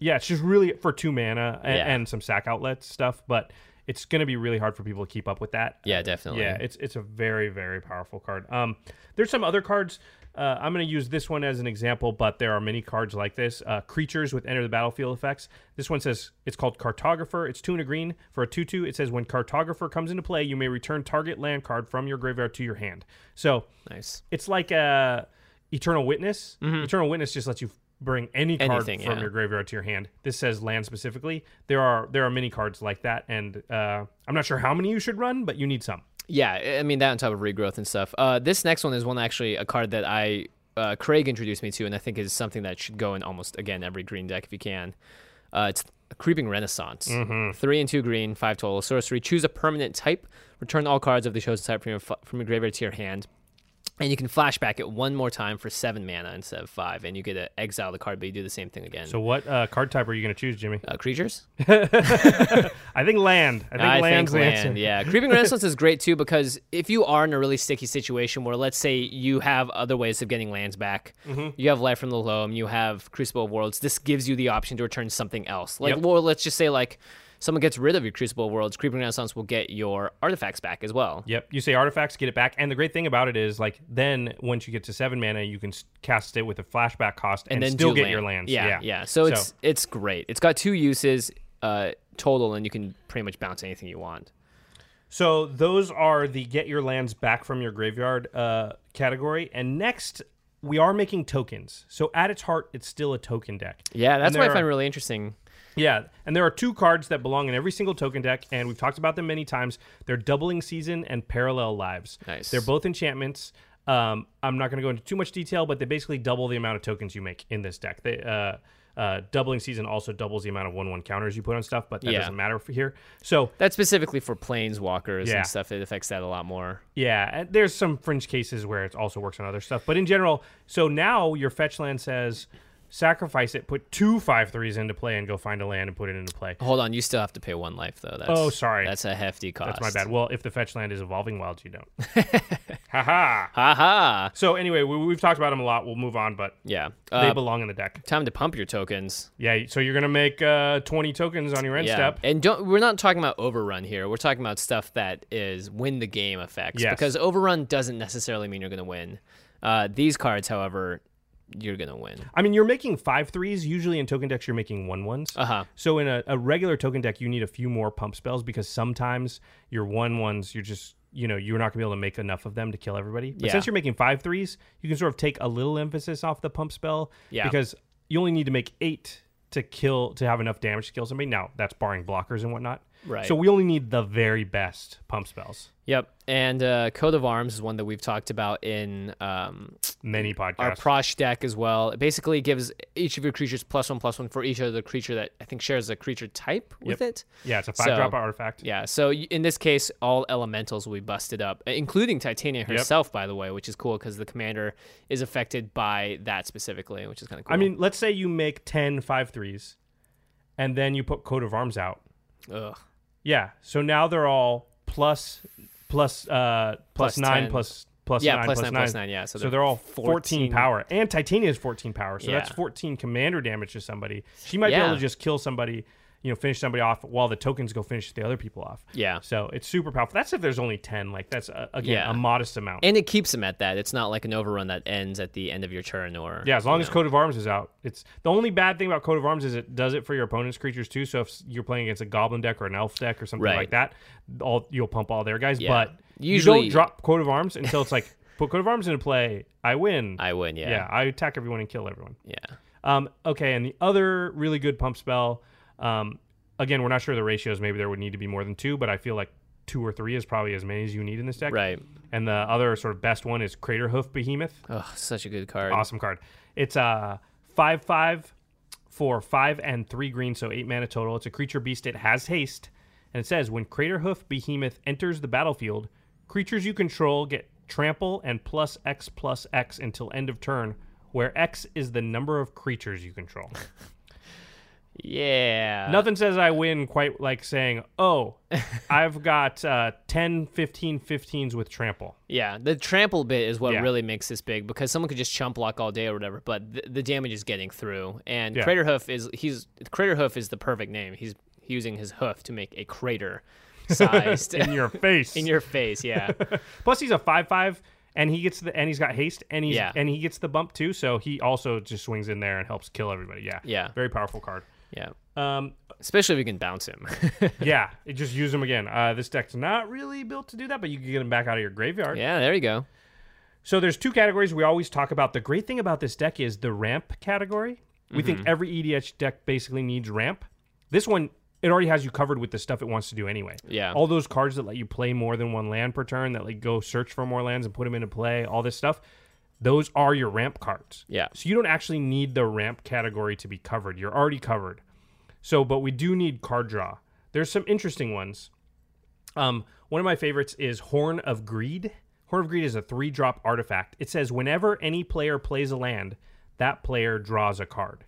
yeah, it's just really for two mana and,
Yeah.
and some sack outlet stuff, but it's going to be really hard for people to keep up with that.
Yeah, definitely.
Yeah, it's it's a very very powerful card. Um, there's some other cards. Uh, I'm going to use this one as an example, but there are many cards like this. Uh, creatures with enter the battlefield effects. This one says it's called Cartographer. It's two and a green for a two-two. It says when Cartographer comes into play, you may return target land card from your graveyard to your hand. So
Nice.
it's like a Eternal Witness. Eternal Witness just lets you bring any card
Mm-hmm. Anything,
from
yeah.
your graveyard to your hand. This says land specifically. There are there are many cards like that, and uh, I'm not sure how many you should run, but you need some.
Yeah, I- I mean that on top of regrowth and stuff. Uh, this next one is one actually a card that I uh, Craig introduced me to, and I think is something that should go in almost again every green deck if you can. Uh, it's Creeping Renaissance, three and two green, five total sorcery. Choose a permanent type. Return all cards of the chosen type from your fu- from your graveyard to your hand. And you can flashback it one more time for seven mana instead of five, and you get to exile the card, but you do the same thing again.
So what uh, card type are you going to choose, Jimmy?
uh, creatures.
I think land. I think
I think
land's the
land,
answer.
yeah. Creeping Renaissance is great too because if you are in a really sticky situation where, let's say, you have other ways of getting lands back, you have Life from the Loam, you have Crucible of Worlds, this gives you the option to return something else. Like,
Yep.
well, let's just say, like, someone gets rid of your Crucible of Worlds, Creeping Renaissance will get your artifacts back as well.
Yep. You say artifacts, get it back. And the great thing about it is, like, then once you get to seven mana, you can s- cast it with a flashback cost and,
And, then
still
do
get
land.
your lands.
Yeah,
yeah.
So, it's it's great. It's got two uses uh, total, and you can pretty much bounce anything you want.
So those are the get your lands back from your graveyard uh, category. And next, we are making tokens. So at its heart, it's still a token deck.
Yeah,
And
that's what
there
I
are-
find really interesting.
Yeah, and there are two cards that belong in every single token deck, and we've talked about them many times. They're Doubling Season and Parallel Lives.
Nice.
They're both enchantments. Um, I'm not going to go into too much detail, but they basically double the amount of tokens you make in this deck. They, uh, uh, Doubling Season also doubles the amount of one-one counters you put on stuff, but that
Yeah.
doesn't matter for here. So
That's specifically for planeswalkers
Yeah.
and stuff. It affects that a lot more.
yeah, and there's some fringe cases where it also works on other stuff, but in general, so now your fetch land says sacrifice it, put two five threes into play, and go find a land and put it into play.
Hold on, you still have to pay one life though. That's,
Oh, sorry.
That's a hefty cost.
That's my bad. Well, if the fetch land is evolving wilds, you don't. Haha.
Ha ha.
So anyway, we, we've talked about them a lot. We'll move on, but
Yeah.
they
Uh,
belong in the deck.
time to pump your tokens.
Yeah. So you're gonna make uh, 20 tokens on your end
yeah.
step.
And don't we're not talking about overrun here. We're talking about stuff that is win the game effects.
Yes.
Because overrun doesn't necessarily mean you're gonna win. Uh, these cards, however, you're gonna win.
I mean, you're making five threes. Usually in token decks, you're making one ones.
Uh huh.
So in a, a regular token deck, you need a few more pump spells because sometimes your one ones, you're just you know you're not gonna be able to make enough of them to kill everybody. But
Yeah.
since you're making five threes, you can sort of take a little emphasis off the pump spell
Yeah.
because you only need to make eight to kill to have enough damage to kill somebody. Now that's barring blockers and whatnot.
Right.
So we only need the very best pump spells.
Yep. And uh, coat of arms is one that we've talked about in um,
Many podcasts.
our Prosh deck as well. It basically gives each of your creatures plus one plus one for each other creature that I think shares a creature type with it.
yeah, it's a five
So-
drop artifact.
Yeah, so y- in this case, all elementals will be busted up, uh, including Titania herself, by the way, which is cool because the commander is affected by that specifically, which is kind of cool.
I mean, let's say you make 10 five threes, and then you put coat of arms out.
Ugh.
Yeah. So now they're all plus plus uh
Plus
plus, plus nine
10.
plus plus
Yeah,
nine
plus
plus
nine, plus nine, yeah, so
So,
they're
they're all
14
fourteen, power, and Titania is fourteen power. So that's
Yeah.
fourteen commander damage to somebody. She might be
Yeah.
able to just kill somebody, you know, finish somebody off while the tokens go finish the other people off.
Yeah.
So it's super powerful. That's if there's only ten. Like that's uh, again
Yeah.
a modest amount.
and it keeps them at that. It's not like an overrun that ends at the end of your turn or.
yeah, as long as coat of arms is out, it's the only bad thing about coat of arms is it does it for your opponent's creatures too. So if you're playing against a goblin deck or an elf deck or something
Right.
like that, all you'll pump all their guys.
Yeah.
But
Usually,
you don't drop coat of arms until it's like put coat of arms into play. I win.
I win. Yeah.
yeah, I attack everyone and kill everyone.
Yeah.
Um, okay, and the other really good pump spell. Um, again, we're not sure of the ratios. Maybe there would need to be more than two, but I feel like two or three is probably as many as you need in this deck.
Right.
And the other sort of best one is Crater Hoof Behemoth.
Oh, such a good card.
Awesome card. It's a five five for five and three green, so eight mana total. It's a creature beast. It has haste, and it says when Crater Hoof Behemoth enters the battlefield, creatures you control get trample and plus X plus X until end of turn, where X is the number of creatures you control.
Yeah.
Nothing says I win quite like saying, oh, I've got uh, 10, 15, 15s with trample.
Yeah, the trample bit is what
Yeah.
really makes this big because someone could just chump block all day or whatever, but th- the damage is getting through. And
Yeah.
crater hoof is he's crater hoof is the perfect name. He's using his hoof to make a crater sized
In your face.
in your face. Yeah,
Plus, he's a five five, and he gets the and he's got haste, and he's
Yeah.
and he gets the bump too. So he also just swings in there and helps kill everybody. Yeah,
Yeah.
very powerful card.
yeah.
Um,
Especially if you can bounce him.
yeah, it just use him again. Uh, this deck's not really built to do that, but you can get him back out of your graveyard.
yeah, there you go.
So there's two categories we always talk about. The great thing about this deck is the ramp category. We
Mm-hmm.
think every EDH deck basically needs ramp. This one, it already has you covered with the stuff it wants to do anyway.
Yeah.
All those cards that let you play more than one land per turn, that like go search for more lands and put them into play, all this stuff. Those are your ramp cards.
Yeah.
So you don't actually need the ramp category to be covered. You're already covered. So, but we do need card draw. There's some interesting ones. Um, one of my favorites is Horn of Greed. Horn of Greed is a three drop artifact. It says whenever any player plays a land, that player draws a card.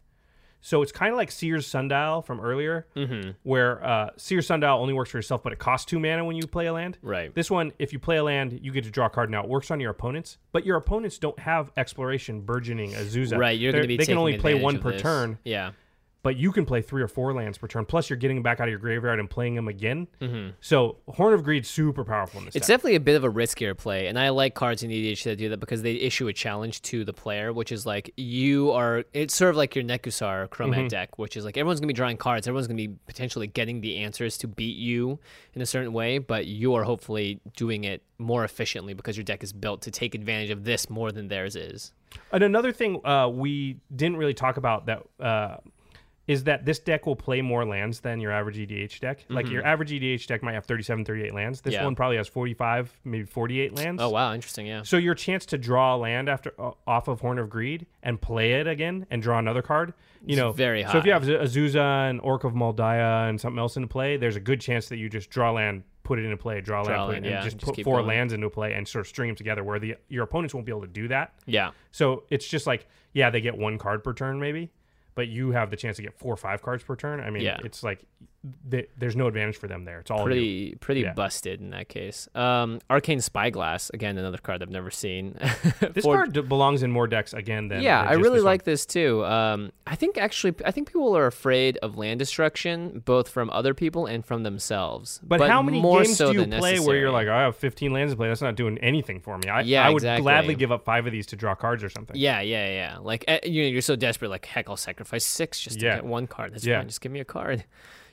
So it's kind of like Seer's Sundial from earlier,
Mm-hmm.
where uh, Seer's Sundial only works for yourself, but it costs two mana when you play a land.
Right.
This one, if you play a land, you get to draw a card. Now it works on your opponents, but your opponents don't have Exploration, Burgeoning, Azusa.
Right, you're
They're-
going to be.
They can
taking
only play
advantage
one
of
per
this.
turn
Yeah,
but you can play three or four lands per turn. Plus, you're getting them back out of your graveyard and playing them again. Mm-hmm. So, Horn of Greed's super powerful in this
it's
deck.
definitely a bit of a riskier play, and I like cards in EDH that do that because they issue a challenge to the player, which is like you are. It's sort of like your Nekusar Chromat deck, which is like everyone's gonna be drawing cards, everyone's gonna be potentially getting the answers to beat you in a certain way, but you are hopefully doing it more efficiently because your deck is built to take advantage of this more than theirs is.
and another thing uh, we didn't really talk about that uh, is that this deck will play more lands than your average EDH deck. Like your average EDH deck might have 37, 38 lands. This
Mm-hmm. Yeah.
one probably has 45, maybe 48 lands.
Oh wow, interesting. Yeah,
So your chance to draw a land after o- off of Horn of Greed and play it again and draw another card, you know,
very
So if you
high.
have Z- Azusa and Orc of Moldiah and something else into play, there's a good chance that you just draw land, put it into play, draw,
Draw
land, put it,
land,
in,
yeah,
just,
just
put
keep
four
going.
lands into play and sort of string them together, where the your opponents won't be able to do that.
yeah,
So it's just like, yeah, they get one card per turn maybe, but you have the chance to get four or five cards per turn. I mean,
Yeah.
it's like th- there's no advantage for them there. It's all you.
pretty pretty
Yeah.
busted in that case. Um, Arcane Spyglass again, another card I've never seen.
This
Forge-
card d- belongs in more decks again than
yeah
than
i
just
really
this one.
like this too um, i think actually i think people are afraid of land destruction both from other people and from themselves
But, how many
more
games
so
do you
than
play where you're
necessary.
like, "Oh, I have 15 lands to play. That's not doing anything for me. I,
Yeah,
I would
exactly.
gladly give up five of these to draw cards or something.
yeah yeah yeah like eh, you know you're so desperate like heck i'll sacrifice six just to
Yeah.
get one card that's
Yeah.
fine just give me a card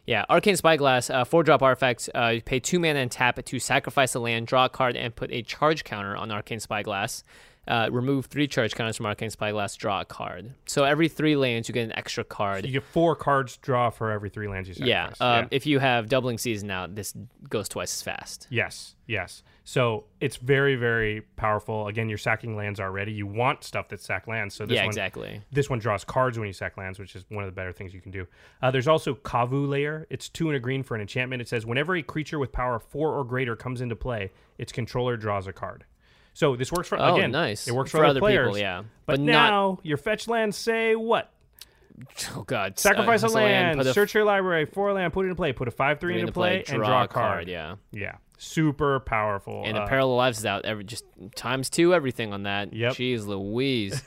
yeah arcane spyglass uh, four drop artifact uh, you pay two mana and tap it to sacrifice a land draw a card and put a charge counter on arcane spyglass uh, remove three charge counters from arcane spyglass draw a card so every three lands you get an extra card
You get four cards draw for every three lands you
Yeah,
sacrifice.
um, If you have doubling season now, this goes twice as fast.
Yes, yes. So it's very, very powerful. Again, you're sacking lands already. You want stuff that sack lands. So this
yeah,
one,
exactly.
This one draws cards when you sack lands, which is one of the better things you can do. Uh, there's also Kavu Layer. It's two and a green for an enchantment. It says whenever a creature with power four or greater comes into play, its controller draws a card. So this works for
Oh,
again.
nice.
It works for,
For
other,
other
players,
people, yeah.
But,
But not-
now your fetch lands say what?
Oh God, s-
Sacrifice
uh,
a
so
land,
put a f-
search your library, four land, put it in play, put a five three,
three
into play, and draw a card.
Yeah,
yeah, super powerful.
and
uh,
the parallel lives is out. Every just times two everything on that.
Yep.
Jeez Louise.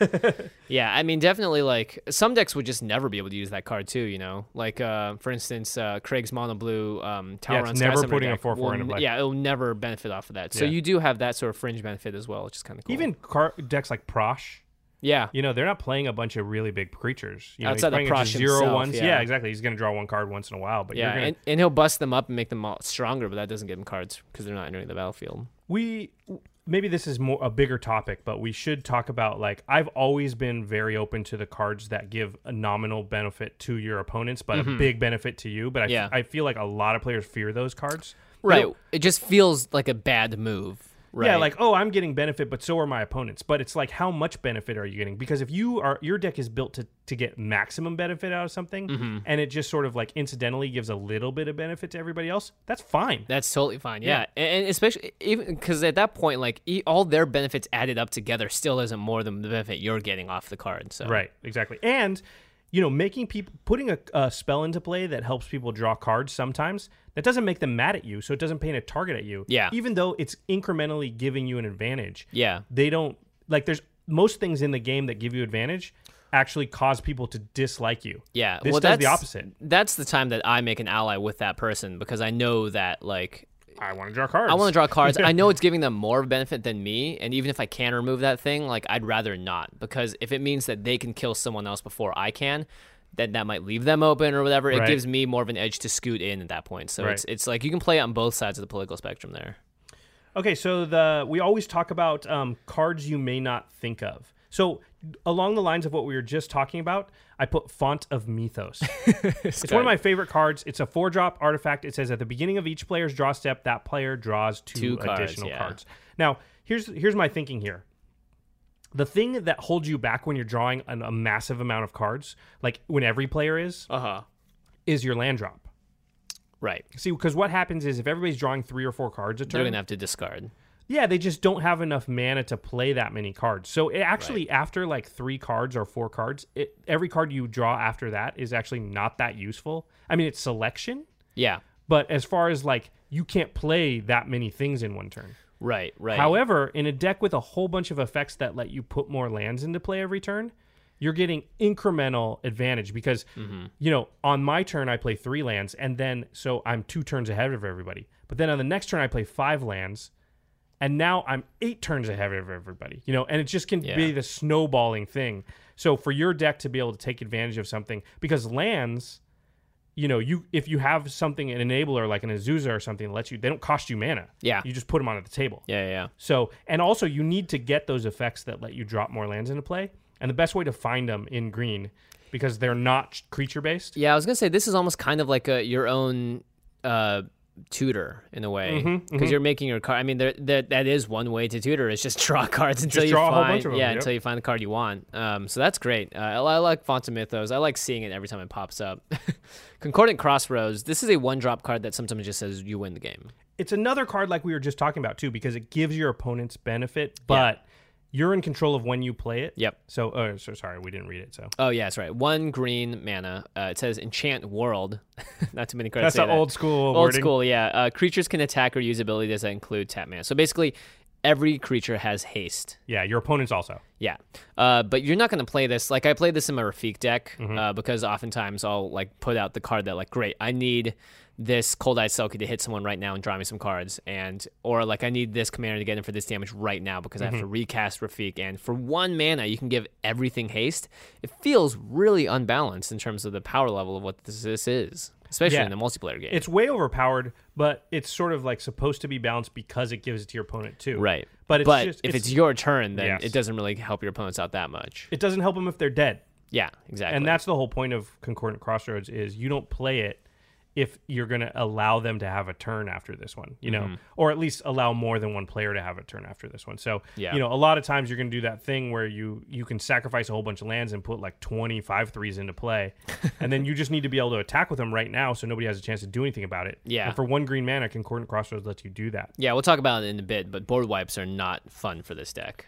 yeah, I mean definitely like some decks would just never be able to use that card too. You know, like uh, for instance, uh, Craig's mono blue um, Tower
Yeah,
on
it's
Sky
never
Summoner
putting a
deck
4/4
will
into
n-
play.
Yeah, it'll never benefit off of that. So
Yeah.
you do have that sort of fringe benefit as well, which is kind of cool.
even car- decks like Prosh.
yeah,
you know they're not playing a bunch of really big creatures. You know,
Outside of
he's playing a
Prosh
zero
himself,
ones.
yeah.
Yeah. exactly. He's going to draw one card once in a while, but
Yeah,
you're going
and, and he'll bust them up and make them all stronger, but that doesn't give them cards because they're not entering the battlefield.
we maybe this is more a bigger topic but we should talk about like i've always been very open to the cards that give a nominal benefit to your opponents but a big benefit to you but I,
Mm-hmm. Yeah.
I feel like a lot of players fear those cards They
Right.
don't-
It just feels like a bad move. Right.
yeah like oh i'm getting benefit but so are my opponents but it's like how much benefit are you getting because if you are your deck is built to to get maximum benefit out of something
Mm-hmm.
and it just sort of like incidentally gives a little bit of benefit to everybody else that's fine
That's totally fine. Yeah, A- and especially even because at that point, like e- all their benefits added up together still isn't more than the benefit you're getting off the card. So
Right, exactly. And you know, making people putting a, a spell into play that helps people draw cards sometimes that doesn't make them mad at you, so it doesn't paint a target at you.
Yeah.
Even though it's incrementally giving you an advantage.
Yeah.
They don't like there's most things in the game that give you advantage actually cause people to dislike you.
Yeah,
This
well, that's
does the opposite.
That's the time that I make an ally with that person because I know that like
I want to draw cards.
I want to draw cards. I know it's giving them more of a benefit than me, and even if I can remove that thing, like I'd rather not because if it means that they can kill someone else before I can, then that might leave them open or whatever. It
Right.
gives me more of an edge to scoot in at that point. So
Right.
it's it's like you can play on both sides of the political spectrum there.
Okay, so the we always talk about um, cards you may not think of. So along the lines of what we were just talking about, I put Font of Mythos. it's one of my favorite cards. It's a four drop artifact. It says at the beginning of each player's draw step, that player draws two,
Two cards,
additional
yeah.
cards. Now, here's here's my thinking here the thing that holds you back when you're drawing an, a massive amount of cards, like when every player is,
Uh huh.
is your land drop.
Right.
See, because what happens is if everybody's drawing three or four cards a
They're
turn,
gonna have to discard.
yeah, they just don't have enough mana to play that many cards. So it actually, after like three cards or four cards, it, every card you draw after that is actually not that useful. I mean, it's selection,
Yeah.
but as far as like you can't play that many things in one turn.
Right. Right.
However, in a deck with a whole bunch of effects that let you put more lands into play every turn, you're getting incremental advantage because,
Mm-hmm.
you know, on my turn, I play three lands, and then so I'm two turns ahead of everybody. But then on the next turn, I play five lands, and now I'm eight turns ahead of everybody, you know, and it just can be
Yeah.
the snowballing thing. So for your deck to be able to take advantage of something, because lands. You know, you if you have something an enabler like an Azusa or something that lets you, they don't cost you mana.
Yeah.
you just put them onto the table.
yeah. Yeah.
So, and also you need to get those effects that let you drop more lands into play. And the best way to find them in green, because they're not creature based.
Yeah, I was gonna say this is almost kind of like a, your own uh, tutor in a way,
Mm-hmm,
because you're making your card. I mean, there, that that is one way to tutor is just draw cards until you
draw a
find
whole bunch of them,
yeah
yep.
until you find the card you want. Um, so that's great. Uh, I, I like Font of Mythos. I like seeing it every time it pops up. Concordant Crossroads. This is a one drop card that sometimes just says you win the game.
It's another card like we were just talking about too, because it gives your opponents benefit, but you're in control of when you play it.
Yep.
So, uh, so sorry, we didn't read it. So
Oh yeah, that's right. One green mana. Uh, it says enchant world. Not too many cards.
That's
say
the
that.
old school
Old
wording.
school, yeah. Uh, creatures can attack or use abilities that include tap mana. So basically, every creature has haste.
yeah, your opponents also.
Yeah, uh, but you're not going to play this. Like I played this in my Rafik deck
Mm-hmm.
uh, because oftentimes I'll like put out the card that like, great, I need this Cold Eyed Selkie to hit someone right now and draw me some cards, and or like I need this commander to get in for this damage right now because I have
Mm-hmm.
to recast Rafik. And for one mana, you can give everything haste. It feels really unbalanced in terms of the power level of what this, this is, especially
Yeah.
in the multiplayer game.
It's way overpowered, but it's sort of like supposed to be balanced because it gives it to your opponent too.
right,
But it's just,
if it's, your turn, then
Yes.
it doesn't really help your opponents out that much.
it doesn't help them if they're dead.
Yeah, exactly.
and that's the whole point of concordant crossroads is you don't play it if you're going to allow them to have a turn after this one you know
Mm-hmm.
or at least allow more than one player to have a turn after this one so
Yeah.
you know a lot of times you're going to do that thing where you you can sacrifice a whole bunch of lands and put like 25 threes into play and then you just need to be able to attack with them right now so nobody has a chance to do anything about it
Yeah.
and for one green mana concordant crossroads lets you do that
Yeah, we'll talk about it in a bit, but board wipes are not fun for this deck.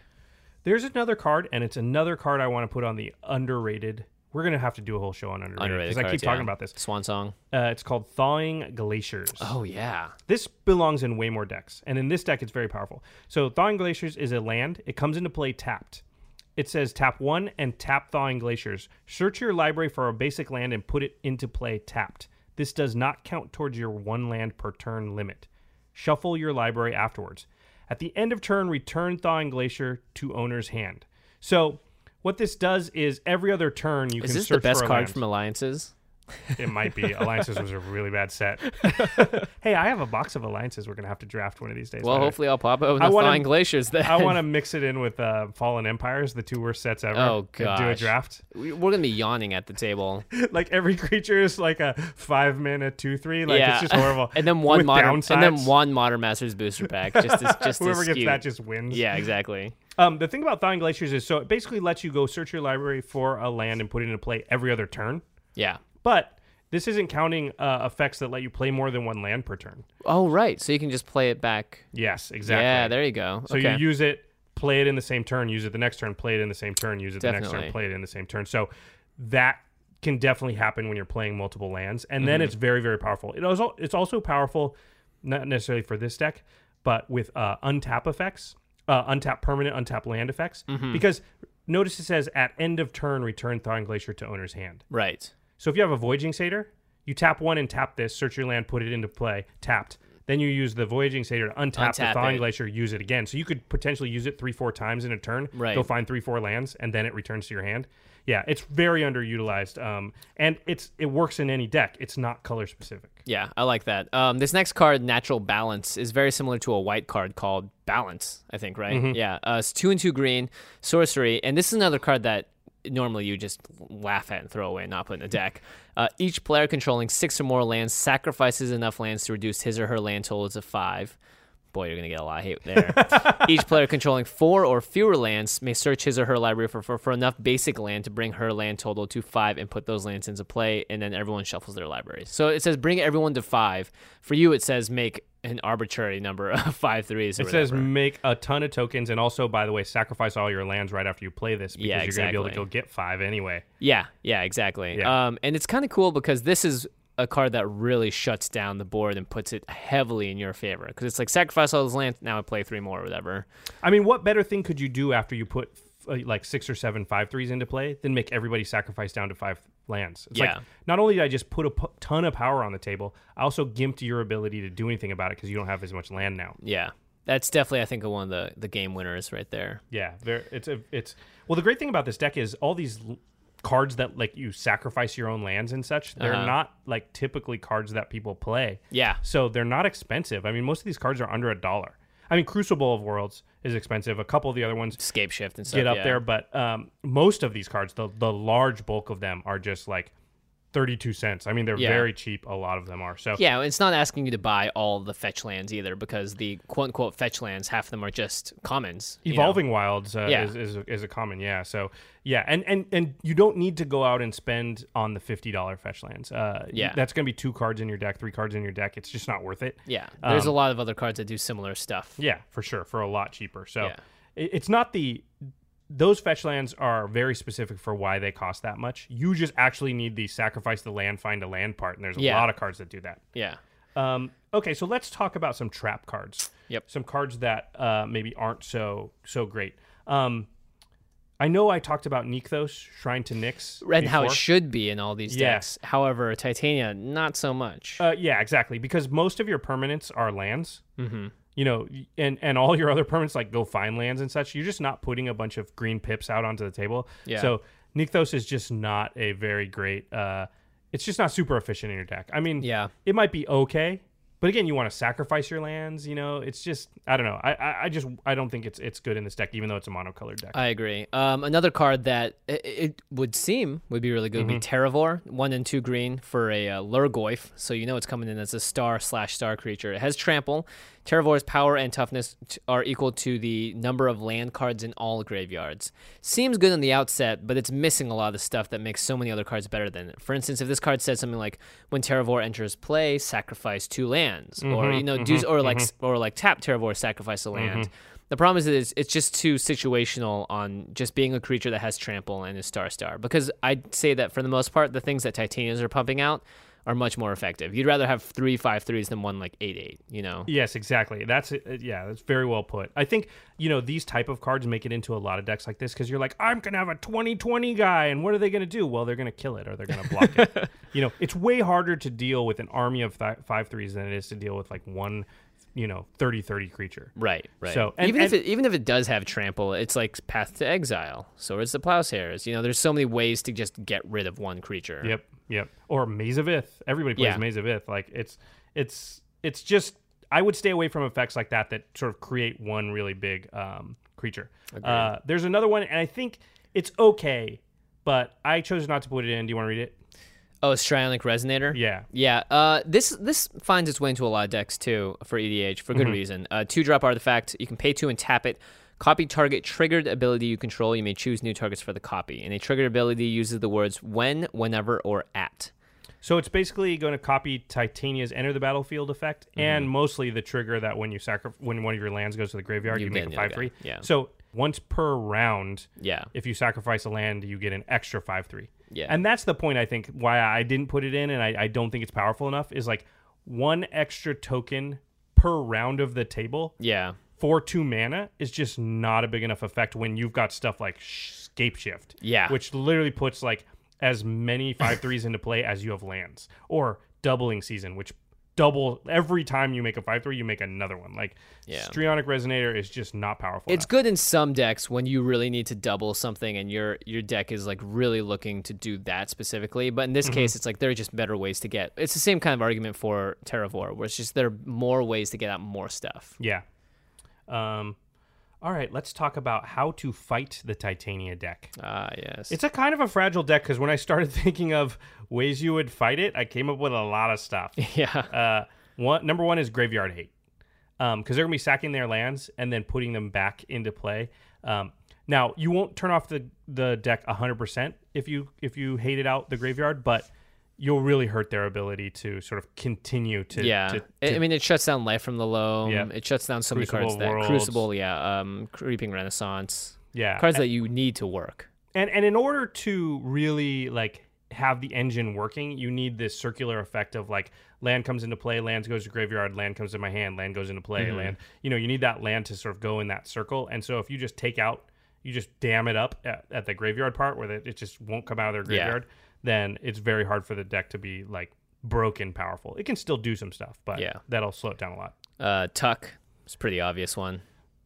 there's another card and it's another card i want to put on the underrated we're going to have to do a whole show on underrated
Underrated
because i keep
cards,
talking
yeah.
about this
Swan Song.
Uh, it's called Thawing Glaciers.
Oh yeah.
This belongs in way more decks, and in this deck, it's very powerful. So, Thawing Glaciers is a land. It comes into play tapped. It says tap one and tap Thawing Glaciers. Search your library for a basic land and put it into play tapped. This does not count towards your one land per turn limit. Shuffle your library afterwards. At the end of turn, return Thawing Glacier to owner's hand. So, what this does is every other turn you
Is
can
this
search
the best
for a
card
land.
from Alliances?
It might be alliances was a really bad set. hey, I have a box of alliances. We're gonna have to draft one of these days.
Well,
later.
hopefully I'll pop open
I
the
wanna-
flying glaciers. Then
I want to mix it in with uh, Fallen Empires, the two worst sets ever.
Oh,
And do a
gosh.
draft.
We're gonna be yawning at the table.
like every creature is like a five mana two three. Like
yeah,
it's just horrible.
and then one
With
modern, and then
downsides.
one modern masters booster pack. Just as, just
Whoever
as
gets
skewed.
that just wins.
Yeah, exactly.
Um, the thing about Thawing Glaciers is so it basically lets you go search your library for a land and put it into play every other turn.
Yeah.
But this isn't counting uh, effects that let you play more than one land per turn.
Oh right, so you can just play it back.
Yes, exactly.
Yeah, there you go.
So
okay.
you use it, play it in the same turn, use it the next turn, play it in the same turn, use it the next turn,
Definitely.
play it in the same turn. So that can definitely happen when you're playing multiple lands, and
Mm-hmm.
then it's very very powerful. It also it's also powerful, not necessarily for this deck, but with uh, untap effects, uh, untap permanent, untap land effects,
Mm-hmm.
because notice it says at end of turn return Thawing Glacier to owner's hand.
right.
So if you have a Voyaging Satyr, you tap one and tap this, search your land, put it into play, tapped. Then you use the Voyaging Satyr to untap,
Untap
the Thawing
it.
Glacier, use it again. So you could potentially use it three, four times in a turn.
Right.
Go find three, four lands, and then it returns to your hand. Yeah, it's very underutilized, um, and it's it works in any deck. It's not color specific.
Yeah, I like that. Um, this next card, Natural Balance, is very similar to a white card called Balance, I think, right? Yeah. Uh, it's two and two green, sorcery. And this is another card that normally you just laugh at and throw away and not put in the deck. Uh, each player controlling six or more lands sacrifices enough lands to reduce his or her land totals to five. Boy, you're going to get a lot of hate there. Each player controlling four or fewer lands may search his or her library for, for, for enough basic land to bring her land total to five and put those lands into play, and then everyone shuffles their libraries. So it says bring everyone to five. For you, it says make an arbitrary number of five threes. Or
It says
whatever.
make a ton of tokens, and also, by the way, sacrifice all your lands right after you play this because
Yeah,
you're going to be able
exactly.
to go get five anyway.
Yeah, yeah, exactly.
Yeah.
Um, and it's kind of cool because this is a card that really shuts down the board and puts it heavily in your favor because it's like sacrifice all those lands. Now I play three more or whatever.
I mean, what better thing could you do after you put uh, like six or seven five threes into play than make everybody sacrifice down to five lands? It's
Yeah.
like not only did I just put a p- ton of power on the table, I also gimped your ability to do anything about it because you don't have as much land now.
Yeah, that's definitely I think one of the the game winners right there.
Yeah, there. It's a. It's well. The great thing about this deck is all these l- cards that like you sacrifice your own lands and such. They're not like typically cards that people play.
Yeah.
So they're not expensive. I mean, most of these cards are under a dollar. I mean, Crucible of Worlds is expensive. A couple of the other ones
Scape shift and stuff.
get up
yeah.
there. But um, most of these cards, the the large bulk of them are just like thirty two cents. I mean, they're
Yeah.
very cheap. A lot of them are. So
Yeah, it's not asking you to buy all the fetch lands either, because the quote unquote fetch lands, half of them are just commons. you know?
evolving wilds uh,
Yeah.
is, is a- is a common. Yeah. So yeah, and and and you don't need to go out and spend on the fifty dollar fetch lands. Uh, y-
Yeah.
that's gonna be two cards in your deck, three cards in your deck. It's just not worth it.
Yeah, there's
Um,
a lot of other cards that do similar stuff.
Yeah, for sure, for a lot cheaper. So
Yeah.
it, it's not the those fetch lands are very specific for why they cost that much. You just actually need the sacrifice the land, find a land part, and there's a
Yeah.
lot of cards that do that.
Yeah.
Um, okay, so let's talk about some trap cards.
Yep.
Some cards that uh, maybe aren't so so great. Um, I know I talked about Nykthos, Shrine to Nyx.
And how it
before.
should be in all these
Yeah.
decks. However, Titania, not so much.
Uh, yeah, exactly. Because most of your permanents are lands. Mm-hmm. You know, y- and and all your other permanents like go find lands and such. You're just not putting a bunch of green pips out onto the table.
Yeah.
So Nykthos is just not a very great. Uh, it's just not super efficient in your deck. I mean,
Yeah.
it might be okay, but again, you want to sacrifice your lands. You know, it's just I don't know. I, I I just I don't think it's it's good in this deck, even though it's a monocolored deck.
I agree. Um, another card that it, it would seem would be really good would be Terravor, one and two green for a uh, Lurgoyf. So you know it's coming in as a star slash star creature. It has Trample. Terravor's power and toughness t- are equal to the number of land cards in all graveyards. Seems good on the outset, but it's missing a lot of the stuff that makes so many other cards better than it. For instance, if this card said something like when Terravor enters play, sacrifice two lands, or you know, do, or like s or like tap Terravor, sacrifice a land. The problem is that it's, it's just too situational on just being a creature that has trample and is star star. Because I'd say that for the most part, the things that Titanias are pumping out are much more effective. You'd rather have three five threes than one like eight eight. You know?
Yes, exactly. That's uh, yeah, that's very well put. I think you know these type of cards make it into a lot of decks like this because you're like, I'm gonna have a 2020 guy, and what are they gonna do? Well, they're gonna kill it or they're gonna block it. You know, it's way harder to deal with an army of th- five threes than it is to deal with like one you know 30 30 creature.
Right, right.
So- and-
even if
and-
it, even if it does have trample, it's like Path to Exile. So is the Plowshares. You know, there's so many ways to just get rid of one creature.
Yep, yep. Or Maze of Ith. Everybody plays
Yeah.
Maze of Ith. Like it's it's it's just I would stay away from effects like that that sort of create one really big um, creature. Uh, there's another one, and I think it's okay, but I chose not to put it in. Do you want to read it?
Oh, Strionic Resonator.
Yeah.
Yeah, uh, this this finds its way into a lot of decks too for EDH for good reason. Uh, two drop artifact, you can pay two and tap it. Copy target triggered ability you control. You may choose new targets for the copy, and a triggered ability uses the words when, whenever, or at.
So it's basically going to copy Titania's Enter the Battlefield effect,
Mm-hmm.
and mostly the trigger that when you sacri- when one of your lands goes to the graveyard, you,
You
make
get
a
the
five
other
three.
guy. Yeah.
So once per round,
Yeah,
if you sacrifice a land, you get an extra five three.
Yeah.
And that's the point I think why I didn't put it in and I, I don't think it's powerful enough is like one extra token per round of the table
yeah,
for two mana is just not a big enough effect when you've got stuff like sh- Scape Shift.
Yeah.
Which literally puts like as many five threes into play as you have lands. Or doubling season, which double every time you make a five three, you make another one. Like
Yeah.
Strionic Resonator is just not powerful.
It's good in some decks when you really need to double something and your your deck is like really looking to do that specifically. But in this case, it's like there are just better ways to get. It's the same kind of argument for Terravore, where it's just there are more ways to get out more stuff.
Yeah. Um, all right, let's talk about how to fight the Titania deck.
Ah, yes.
It's a kind of a fragile deck because when I started thinking of ways you would fight it, I came up with a lot of stuff.
yeah.
Uh, one number one is graveyard hate because they're gonna be sacking their lands and then putting them back into play. Um, now you won't turn off the the deck hundred percent if you if you hated out the graveyard, but you'll really hurt their ability to sort of continue to
yeah,
to,
I-
to
I mean, it shuts down Life from the Loam.
Yeah.
It shuts down so many
Crucible
cards that
Worlds.
Crucible, yeah, um, Creeping Renaissance,
yeah
cards that you need to work.
and and in order to really like have the engine working you need this circular effect of like land comes into play land goes to graveyard land comes to my hand land goes into play
Mm-hmm.
land you know you need that land to sort of go in that circle and so if you just take out you just dam it up at, at the graveyard part where it, it just won't come out of their
Yeah.
graveyard then it's very hard for the deck to be like broken powerful it can still do some stuff but
Yeah.
that'll slow it down a lot
Uh, Tuck, it's a pretty obvious one.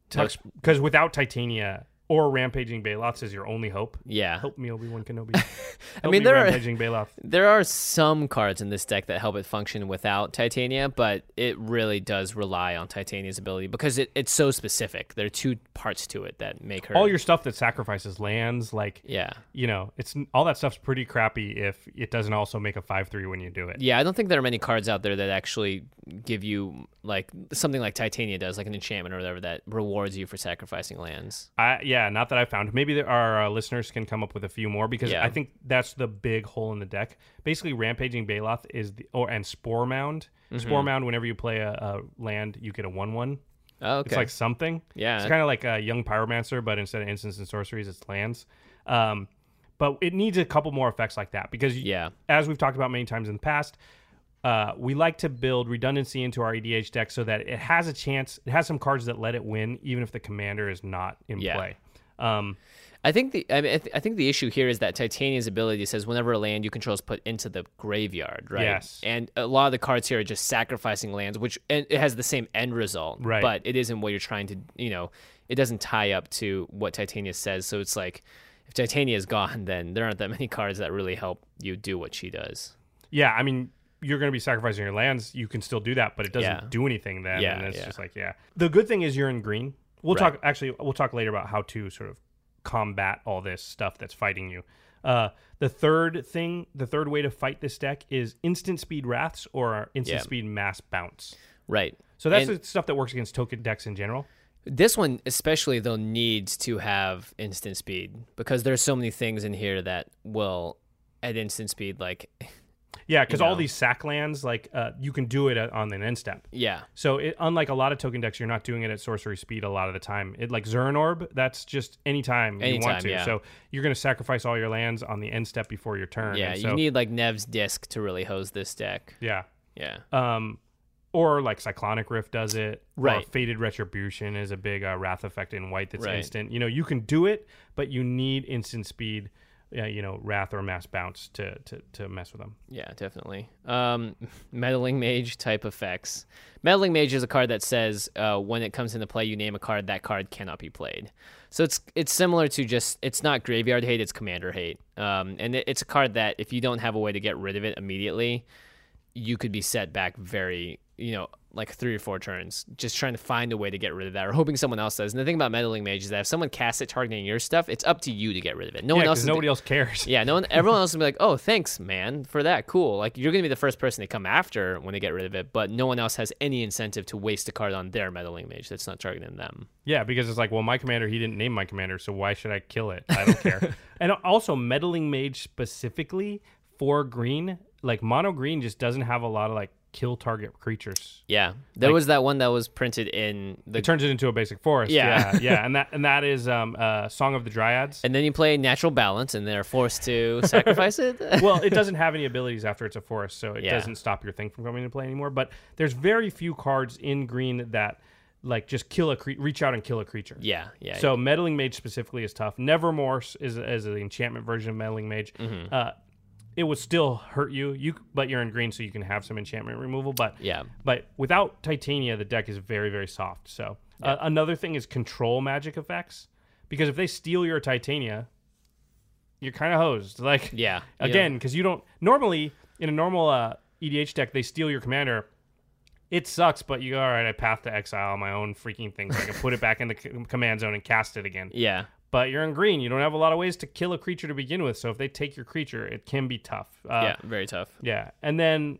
because without titania or rampaging baloths is your only hope
Yeah,
help me obi-wan kenobi help i
mean, there are-
rampaging baloth
There are some cards in this deck that help it function without Titania, but it really does rely on Titania's ability because it, it's so specific. There are two parts to it that make her.
all your stuff that sacrifices lands like
yeah.
you know it's all that stuff's pretty crappy if it doesn't also make a 5-3 when you do it
Yeah, I don't think there are many cards out there that actually give you like something like Titania does, like an enchantment or whatever that rewards you for sacrificing lands.
I, yeah not that i found maybe there, our uh, listeners can come up with a few more because
Yeah.
i think that's the big hole in the deck basically rampaging baloth is the or and spore mound spore mound whenever you play a, a land you get a 1-1
Oh, okay.
It's like something.
Yeah.
It's kind of like a young pyromancer, but instead of instants and sorceries, it's lands. Um, but it needs a couple more effects like that because, you-
Yeah.
as we've talked about many times in the past, uh, we like to build redundancy into our EDH deck so that it has a chance. It has some cards that let it win, even if the commander is not in
Yeah.
play. Um,
I think the I, mean, I, th- I think the issue here is that Titania's ability says whenever a land you control is put into the graveyard, right?
Yes.
And a lot of the cards here are just sacrificing lands, which and it has the same end result,
Right.
But it isn't what you're trying to, you know, it doesn't tie up to what Titania says. So it's like, if Titania is gone, then there aren't that many cards that really help you do what she does.
yeah, I mean, you're going to be sacrificing your lands. You can still do that, but it doesn't
Yeah.
do anything then.
Yeah,
and it's
yeah.
just like, yeah. The good thing is you're in green. We'll
Right.
talk, actually, we'll talk later about how to sort of combat all this stuff that's fighting you. Uh, the third thing, the third way to fight this deck is instant speed wraths or instant
Yeah.
speed mass bounce.
Right.
So that's
And-
the stuff that works against token decks in general.
This one especially though needs to have instant speed because there's so many things in here that will at instant speed like
Yeah, because all
know.
these sack lands, like uh, you can do it uh, on an end step.
yeah
So it, unlike a lot of token decks, you're not doing it at sorcery speed a lot of the time. It like Zern Orb, that's just anytime, you
Anytime,
want to.
yeah.
So you're going to sacrifice all your lands on the end step before your turn.
Yeah,
and
you
so-
need like Nev's disc to really hose this deck.
Yeah.
Yeah.
Um, or like Cyclonic Rift does it. Or
Right.
Faded Retribution is a big uh, wrath effect in white that's
Right.
instant. You know, you can do it, but you need instant speed uh, you know, Wrath or Mass Bounce to to, to mess with them.
Yeah, definitely. Um, meddling Mage type effects. Meddling Mage is a card that says uh, when it comes into play, you name a card. That card cannot be played. So it's it's similar to just it's not graveyard hate, it's commander hate. Um, and it, it's a card that if you don't have a way to get rid of it immediately, you could be set back very you know like three or four turns just trying to find a way to get rid of that or hoping someone else does. And the thing about meddling mage is that if someone casts it targeting your stuff, it's up to you to get rid of it. No
Yeah,
one else.
'cause
is-
nobody else cares.
yeah, no one. Everyone else will be like, "Oh, thanks, man, for that. Cool." Like you're gonna be the first person to come after when they get rid of it, but no one else has any incentive to waste a card on their meddling mage that's not targeting them.
Yeah, because it's like, well, my commander, he didn't name my commander, so why should I kill it? I don't care. and also, meddling mage specifically for green, like mono green, just doesn't have a lot of like kill target creatures.
Yeah, there was that one that was printed in the.
It turns it into a basic forest.
Yeah.
yeah, yeah. and that and that is um, uh, Song of the Dryads.
and then you play natural balance, and they're forced to sacrifice it.
well, it doesn't have any abilities after it's a forest, so it
Yeah.
doesn't stop your thing from coming into play anymore. But there's very few cards in green that like just kill a cre- reach out and kill a creature.
yeah, yeah.
So meddling mage specifically is tough. Nevermore is is the enchantment version of meddling mage.
Mm-hmm.
Uh, it would still hurt you. You but you're in green, so you can have some enchantment removal. But
Yeah.
but without Titania, the deck is very very soft. So uh, another thing is control magic effects because if they steal your Titania, you're kind of hosed. Like
Yeah. You
again because you don't normally in a normal uh, EDH deck they steal your commander it sucks, but you go, all right, I path to exile my own freaking things. I can put it back in the c- command zone and cast it again.
yeah.
But you're in green. You don't have a lot of ways to kill a creature to begin with. So if they take your creature, it can be tough. Uh,
yeah, very tough.
Yeah. And then,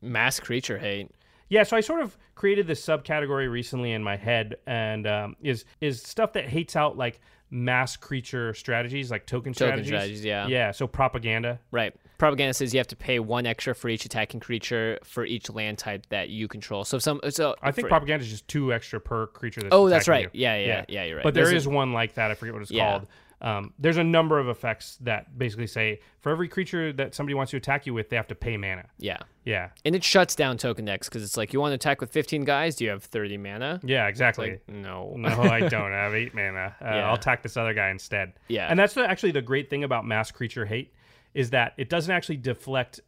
Mass creature hate.
yeah, so I sort of created this subcategory recently in my head and um, is is stuff that hates out like mass creature strategies, like token, strategies.
strategies, yeah.
Yeah. So propaganda.
Right. Propaganda says you have to pay one extra for each attacking creature for each land type that you control. So if some so
I think
for-
propaganda is just two extra per creature. That's
Oh, that's
attacking
right.
you.
Yeah, yeah, yeah, you're right.
But there
There's
is one like that. I forget what it's
Yeah.
called. Um, there's a number of effects that basically say for every creature that somebody wants to attack you with, they have to pay mana.
yeah.
Yeah,
And it shuts down token decks because it's like you want to attack with 15 guys. Do you have 30 mana?
yeah, exactly.
Like, no.
no, I don't. I have eight mana. Uh,
Yeah.
I'll attack this other guy instead.
Yeah.
and that's the, actually the great thing about mass creature hate is that it doesn't actually deflect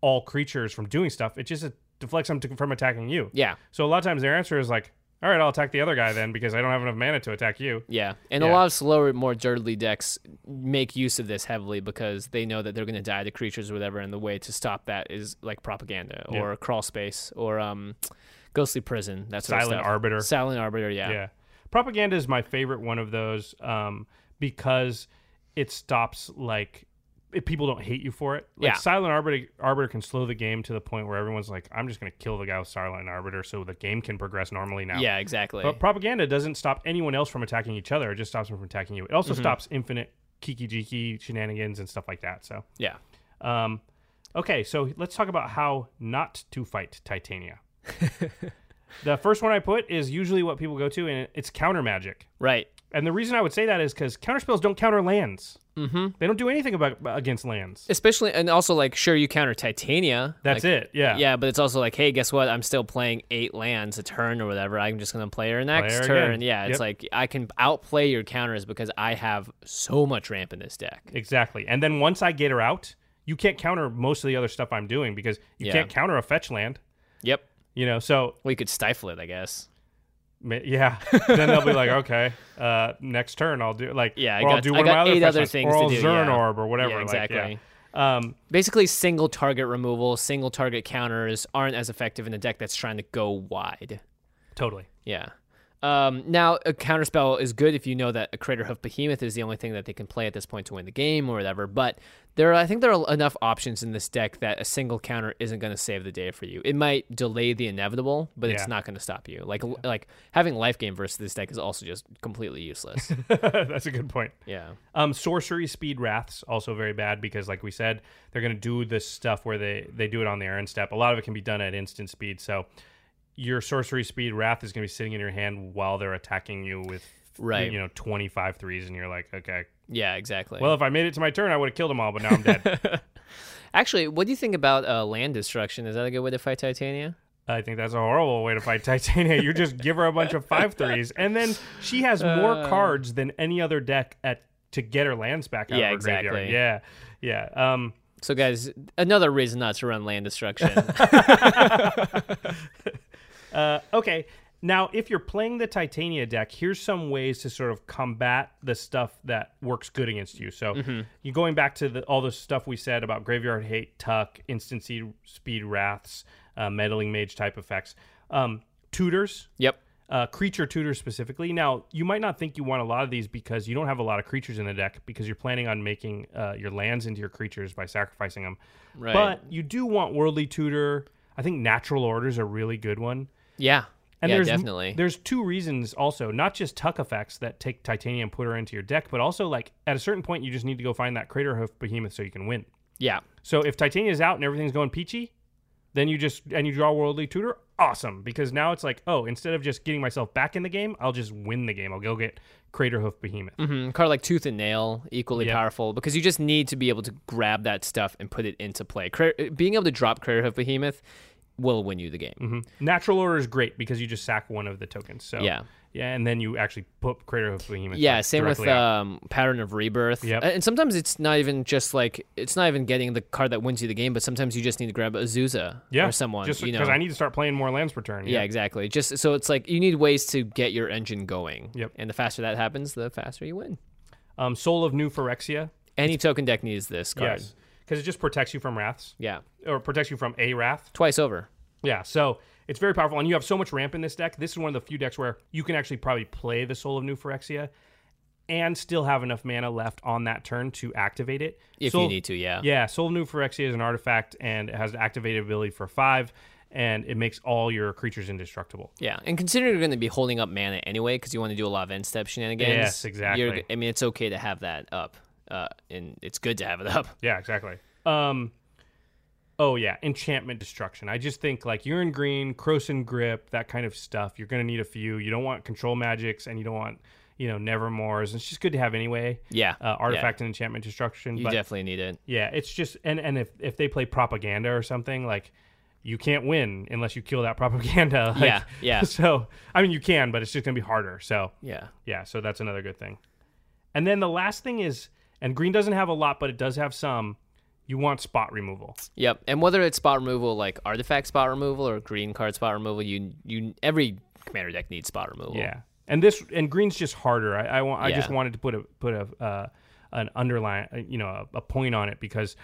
all creatures from doing stuff. It just uh, deflects them to, from attacking you.
Yeah.
So a lot of times their answer is like, "All right, I'll attack the other guy then because I don't have enough mana to attack you."
Yeah. And a
Yeah.
lot of slower, more dirtly decks make use of this heavily because they know that they're going to die to creatures or whatever. And the way to stop that is like propaganda
Yeah.
or crawl space or um, ghostly prison. That's
Silent Arbiter.
Silent arbiter. Yeah.
Yeah. Propaganda is my favorite one of those um, because it stops like if people don't hate you for it. Like
Yeah.
Silent Arbiter, Arbiter can slow the game to the point where everyone's like, I'm just going to kill the guy with Silent Arbiter so the game can progress normally now.
Yeah, exactly.
But propaganda doesn't stop anyone else from attacking each other. It just stops them from attacking you. It also
Mm-hmm.
stops infinite kiki jiki shenanigans and stuff like that. So,
yeah.
um, okay, so let's talk about how not to fight Titania. the first one I put is usually what people go to, and it's counter magic.
Right.
And the reason I would say that is because counterspells don't counter lands. Mm-hmm. They don't do anything about against lands.
especially and also like sure you counter titania
That's
like,
it. Yeah.
yeah but it's also like hey guess what i'm still playing eight lands a turn or whatever i'm just gonna play her next
her
turn
again.
yeah it's
Yep.
like i can outplay your counters because i have so much ramp in this deck
Exactly. And then once I get her out, you can't counter most of the other stuff I'm doing because you
Yeah.
can't counter a fetch land.
yep
You know, so
we could stifle it i guess
ma- yeah. then they'll be like, okay, uh, next turn I'll do like
Yeah, I
or I'll
got-
do
I
one of
got
my other,
eight
fetch
other
lands,
things
or
to
I'll
do,
Zern
yeah.
Orb or whatever.
Yeah,
Like,
exactly.
yeah. Um,
basically single target removal single target counters aren't as effective in a deck that's trying to go wide
totally.
Yeah. Um, now, a counterspell is good if you know that a Crater Hoof Behemoth is the only thing that they can play at this point to win the game or whatever. But there, are, I think there are enough options in this deck that a single counter isn't going to save the day for you. It might delay the inevitable, but
Yeah.
it's not going to stop you. Like, like having life gain versus this deck is also just completely useless.
That's a good point.
yeah.
Um, sorcery speed wraths also very bad because, like we said, they're going to do this stuff where they they do it on the errand step. A lot of it can be done at instant speed, so your sorcery speed wrath is going to be sitting in your hand while they're attacking you with
Right.
you know 25 threes and you're like okay
Yeah. Exactly.
well if i made it to my turn i would have killed them all but now i'm dead
actually, what do you think about uh, land destruction? Is that a good way to fight Titania?
i think that's a horrible way to fight titania
Uh.
you just give her a bunch of five threes and then she has more cards than any other deck at to get her lands back out
Yeah,
of her graveyard.
exactly.
Yeah, yeah. Um,
So, guys, another reason not to run land destruction.
Uh, okay. Now, if you're playing the Titania deck, here's some ways to sort of combat the stuff that works good against you. So, you're going back to the, all the stuff we said about graveyard hate, tuck, instant seed, speed, wraths, uh, meddling mage type effects, um, tutors,
yep.
uh, creature tutors specifically. Now, you might not think you want a lot of these because you don't have a lot of creatures in the deck because you're planning on making uh, your lands into your creatures by sacrificing them.
Right.
But you do want worldly tutor. I think natural orders a really good one.
Yeah.
And
yeah,
there's,
definitely.
There's two reasons also, not just tuck effects that take titanium and put her into your deck, but also like at a certain point you just need to go find that crater hoof behemoth so you can win.
yeah.
So if Titania's out and everything's going peachy, then you just and you draw worldly tutor, awesome. Because now it's like, oh, instead of just getting myself back in the game, I'll just win the game. I'll go get crater hoof behemoth.
Mm, card like Tooth and Nail, equally
Yep.
powerful because you just need to be able to grab that stuff and put it into play. Cra- being able to drop Crater Hoof Behemoth will win you the game.
Mm-hmm. Natural order is great because you just sack one of the tokens. So
Yeah.
Yeah, and then you actually put crater hoof behemoth.
Yeah,
like,
same with
directly out.
um, Pattern of Rebirth.
Yep.
A- And sometimes it's not even just like, it's not even getting the card that wins you the game, but sometimes you just need to grab Azusa
yeah,
or someone.
Just
you know?
because I need to start playing more lands per turn.
yeah, exactly. Just so it's like you need ways to get your engine going.
Yep.
And the faster that happens, the faster you win.
Um, Soul of New Phyrexia.
Any token deck needs this card.
Yes. Because it just protects you from wraths
Yeah.
or protects you from a wrath.
Twice over.
Yeah. So it's very powerful. And you have so much ramp in this deck. This is one of the few decks where you can actually probably play the Soul of New Phyrexia and still have enough mana left on that turn to activate it.
If
Soul-
you need to, yeah.
Yeah. Soul of New Phyrexia is an artifact and it has an activated ability for five and it makes all your creatures indestructible.
Yeah, and considering you're going to be holding up mana anyway, because you want to do a lot of end step shenanigans.
Yes, exactly.
you're- I mean, it's okay to have that up, uh, and it's good to have it up.
Yeah, exactly. Um Oh yeah, enchantment destruction. I just think like urine green, Croson grip, that kind of stuff. You're gonna need a few. You don't want control magics, and you don't want you know nevermores. It's just good to have anyway.
Yeah,
uh, artifact
yeah.
and enchantment destruction.
You
but
definitely need it.
yeah, it's just and and if if they play propaganda or something like. You can't win unless you kill that propaganda. like-
Yeah, yeah.
So, I mean, you can, but it's just going to be harder. So,
Yeah,
yeah, so that's another good thing. And then the last thing is, and green doesn't have a lot, but it does have some. You want spot removal.
yep. And whether it's spot removal, like artifact spot removal or green card spot removal, you you every commander deck needs spot removal.
Yeah, and this and green's just harder. I, I want. I just
Yeah.
wanted to put a put a uh, an underline, uh, you know, a, a point on it because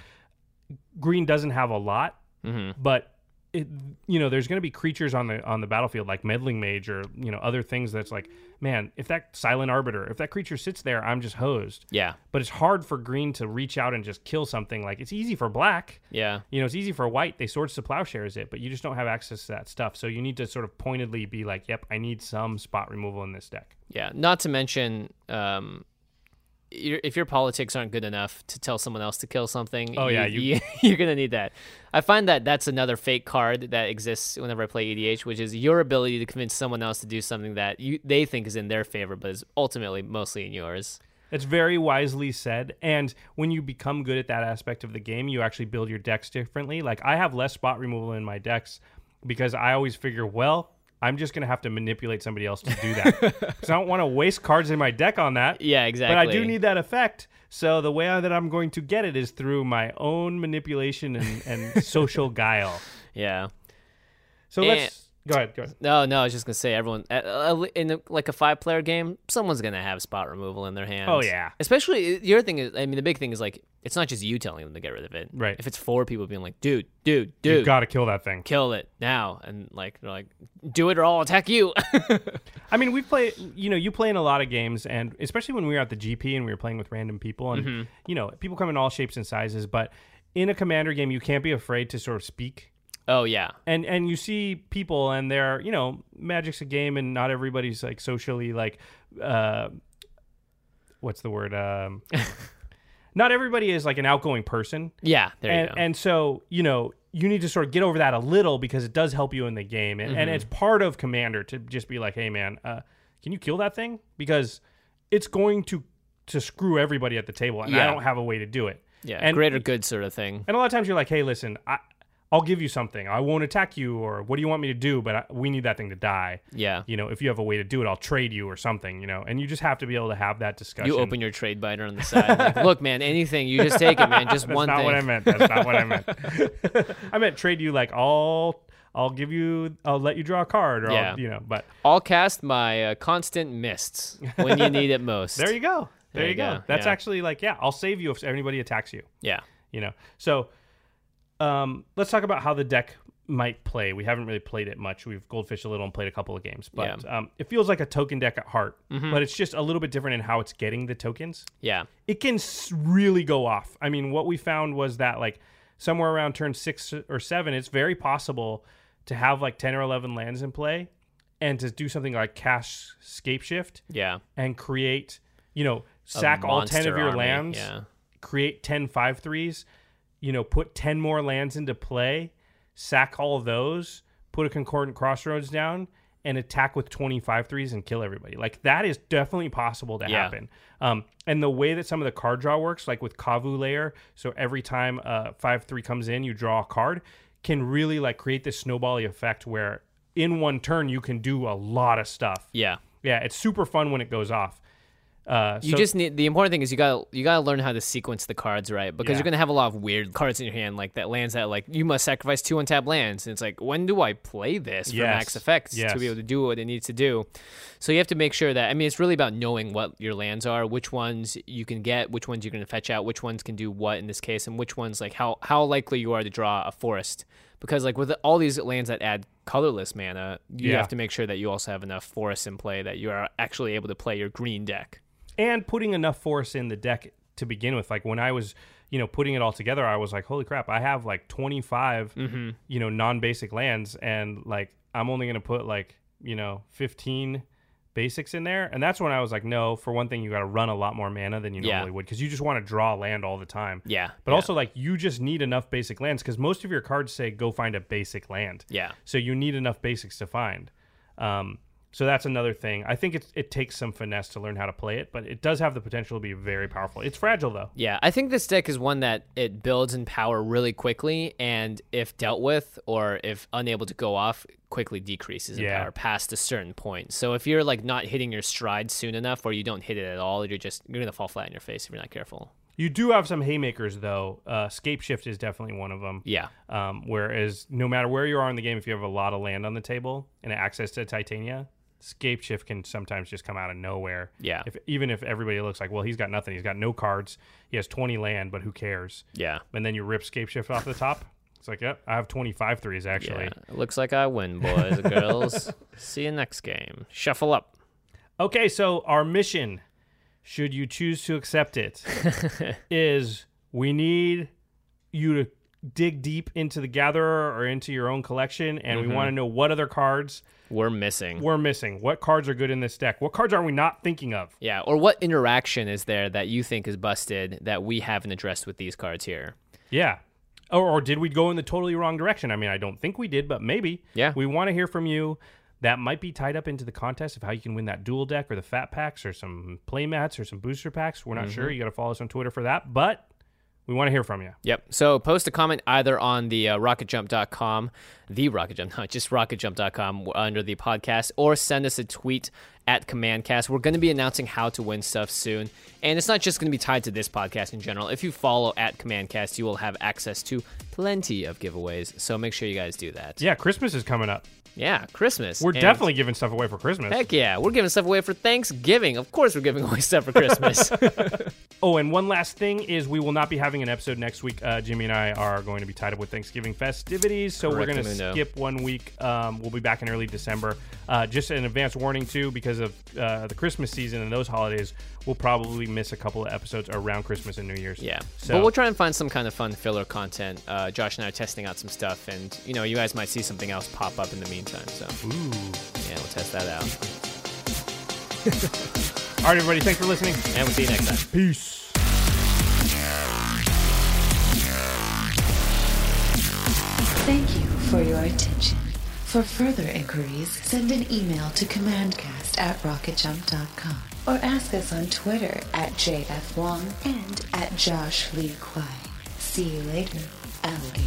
green doesn't have a lot, but it, you know, there's going to be creatures on the on the battlefield like meddling mage or you know other things that's like, man, if that silent arbiter, if that creature sits there, I'm just hosed.
yeah,
but it's hard for green to reach out and just kill something. Like it's easy for black.
yeah.
You know, it's easy for white. They swords to plowshares it, but you just don't have access to that stuff. So you need to sort of pointedly be like, "Yep, I need some spot removal in this deck."
Yeah, not to mention, um, your, if your politics aren't good enough to tell someone else to kill something,
Oh, yeah, you-
you, you are gonna need that. I find that that's another fake card that exists whenever I play EDH, which is your ability to convince someone else to do something that you they think is in their favor, but is ultimately mostly in yours.
That's very wisely said. And when you become good at that aspect of the game, you actually build your decks differently. Like I have less spot removal in my decks because I always figure, well, I'm just gonna have to manipulate somebody else to do that because I don't want to waste cards in my deck on that.
Yeah, exactly.
But I do need that effect. So the way that I'm going to get it is through my own manipulation and, and social guile.
Yeah.
So
Eh.
let's go ahead. Go ahead.
No, no. I was just gonna say, everyone uh, uh, in a, like a five-player game, someone's gonna have spot removal in their hand.
Oh, yeah.
Especially the other thing is, I mean, the big thing is like it's not just you telling them to get rid of it.
Right.
If it's four people being like, dude, dude,
You
dude,
gotta kill that thing.
kill it now, and like they're like, do it or I'll attack you.
I mean, we play. You know, you play in a lot of games, and especially when we were at the GP and we were playing with random people, and
Mm-hmm.
you know, people come in all shapes and sizes. But in a commander game, you can't be afraid to sort of speak.
oh yeah.
and and you see people and they're you know magic's a game and not everybody's like socially like uh what's the word um not everybody is like an outgoing person
Yeah, there
and
you go.
and so you know you need to sort of get over that a little because it does help you in the game and, and
Mm-hmm.
it's part of commander to just be like hey man uh can you kill that thing because it's going to to screw everybody at the table and i
Yeah.
don't have a way to do it
yeah,
and
greater good sort of thing.
and a lot of times you're like, hey, listen, I I'll give you something. I won't attack you, or what do you want me to do? But I, we need that thing to die.
Yeah.
You know, if you have a way to do it, I'll trade you or something. You know, and you just have to be able to have that discussion.
You open your trade binder on the side. like, Look, man, anything. You just take it, man. Just
That's
one
not
thing.
what I meant. That's not what I meant. I meant trade you like I'll I'll give you I'll let you draw a card or
Yeah.
I'll, you know. But
I'll cast my uh, constant mists when you need it most.
there you go. There, you go. That's
yeah.
actually like yeah. I'll save you if anybody attacks you.
Yeah.
you know so um let's talk about how the deck might play we haven't really played it much we've goldfish a little and played a couple of games but um, it feels like a token deck at heart
Mm-hmm.
but it's just a little bit different in how it's getting the tokens
Yeah.
it can s- really go off i mean what we found was that like somewhere around turn six or seven it's very possible to have like 10 or 11 lands in play and to do something like cash scape shift
Yeah.
and create you know sack all 10 of
monster
your
army,
lands
yeah.
create 10 5 threes you know put 10 more lands into play sack all of those put a concordant crossroads down and attack with 25 threes and kill everybody like that is definitely possible to
Yeah.
happen um, and the way that some of the card draw works like with kavu layer so every time uh, 5 3 comes in you draw a card can really like create this snowball effect where in one turn you can do a lot of stuff
Yeah.
yeah, it's super fun when it goes off. Uh,
You
so-
just need the important thing is you got to you got to learn how to sequence the cards right because
Yeah.
you're gonna have a lot of weird cards in your hand like that lands that like you must sacrifice two untapped lands and it's like when do I play this for max
Yes.
effects to
Yes.
be able to do what it needs to do, so you have to make sure that I mean it's really about knowing what your lands are, which ones you can get, which ones you're gonna fetch out, which ones can do what in this case, and which ones like how how likely you are to draw a forest because like with all these lands that add colorless mana, you
Yeah.
have to make sure that you also have enough forests in play that you are actually able to play your green deck.
and putting enough force in the deck to begin with. Like when I was, you know, putting it all together, I was like, holy crap, I have like 25,
Mm-hmm.
you know, non basic lands. And like, I'm only going to put like, you know, 15 basics in there. And that's when I was like, no, for one thing, you got to run a lot more mana than you
Yeah.
normally would because you just want to draw land all the time.
Yeah,
But
yeah.
also, like, you just need enough basic lands because most of your cards say go find a basic land.
Yeah.
So you need enough basics to find. Um, so that's another thing. I think it, it takes some finesse to learn how to play it, but it does have the potential to be very powerful. It's fragile though.
Yeah, I think this deck is one that it builds in power really quickly, and if dealt with or if unable to go off, quickly decreases in
Yeah.
power past a certain point. So if you're like not hitting your stride soon enough, or you don't hit it at all, you're just you're gonna fall flat in your face if you're not careful.
You do have some haymakers though. Uh, scape shift is definitely one of them.
Yeah,
Um, whereas no matter where you are in the game, if you have a lot of land on the table and access to Titania, scape shift can sometimes just come out of nowhere.
Yeah.
If even if everybody looks like, well, he's got nothing. He's got no cards. He has 20 land, but who cares?
yeah,
And then you rip scape shift off the top. It's like, yep, I have 25 threes actually.
yeah. It looks like I win, boys and girls. See you next game. Shuffle up.
Okay, so our mission, should you choose to accept it, is we need you to dig deep into the gatherer or into your own collection, and we want to know what other cards
We're missing.
we're missing. What cards are good in this deck? What cards are we not thinking of?
Yeah, or what interaction is there that you think is busted that we haven't addressed with these cards here?
Yeah. Or, or did we go in the totally wrong direction? I mean, I don't think we did, but maybe.
Yeah.
We want to hear from you. That might be tied up into the contest of how you can win that dual deck or the fat packs or some play mats or some booster packs. We're not
Mm-hmm.
sure. You got to follow us on Twitter for that, but we want to hear from you.
Yep. So post a comment either on the uh, rocketjump.com, the rocketjump, not just rocketjump.com under the podcast, or send us a tweet at commandcast. We're going to be announcing how to win stuff soon. And it's not just going to be tied to this podcast in general. If you follow at commandcast, you will have access to plenty of giveaways. So make sure you guys do that.
Yeah, Christmas is coming up.
Yeah, Christmas.
We're
And-
definitely giving stuff away for Christmas.
Heck yeah, we're giving stuff away for Thanksgiving. Of course, we're giving away stuff for Christmas.
Oh, and one last thing is we will not be having an episode next week. Uh, Jimmy and I are going to be tied up with Thanksgiving festivities, so we're going to
Correctamundo.
skip one week. Um, we'll be back in early December. Uh, just an advance warning too, because of uh, the Christmas season and those holidays, we'll probably miss a couple of episodes around Christmas and New Year's.
Yeah.
so
But we'll try and find some kind of fun filler content. Uh, Josh and I are testing out some stuff, and you know, you guys might see something else pop up in the meantime. So, yeah, we'll test that out,
All right, everybody, thanks for listening.
and we'll see you next time.
Peace.
Thank you for your attention. For further inquiries, send an email to commandcast at rocketjump.com or ask us on Twitter at JF Wong and at Josh Lee Kwai. See you later, alligator.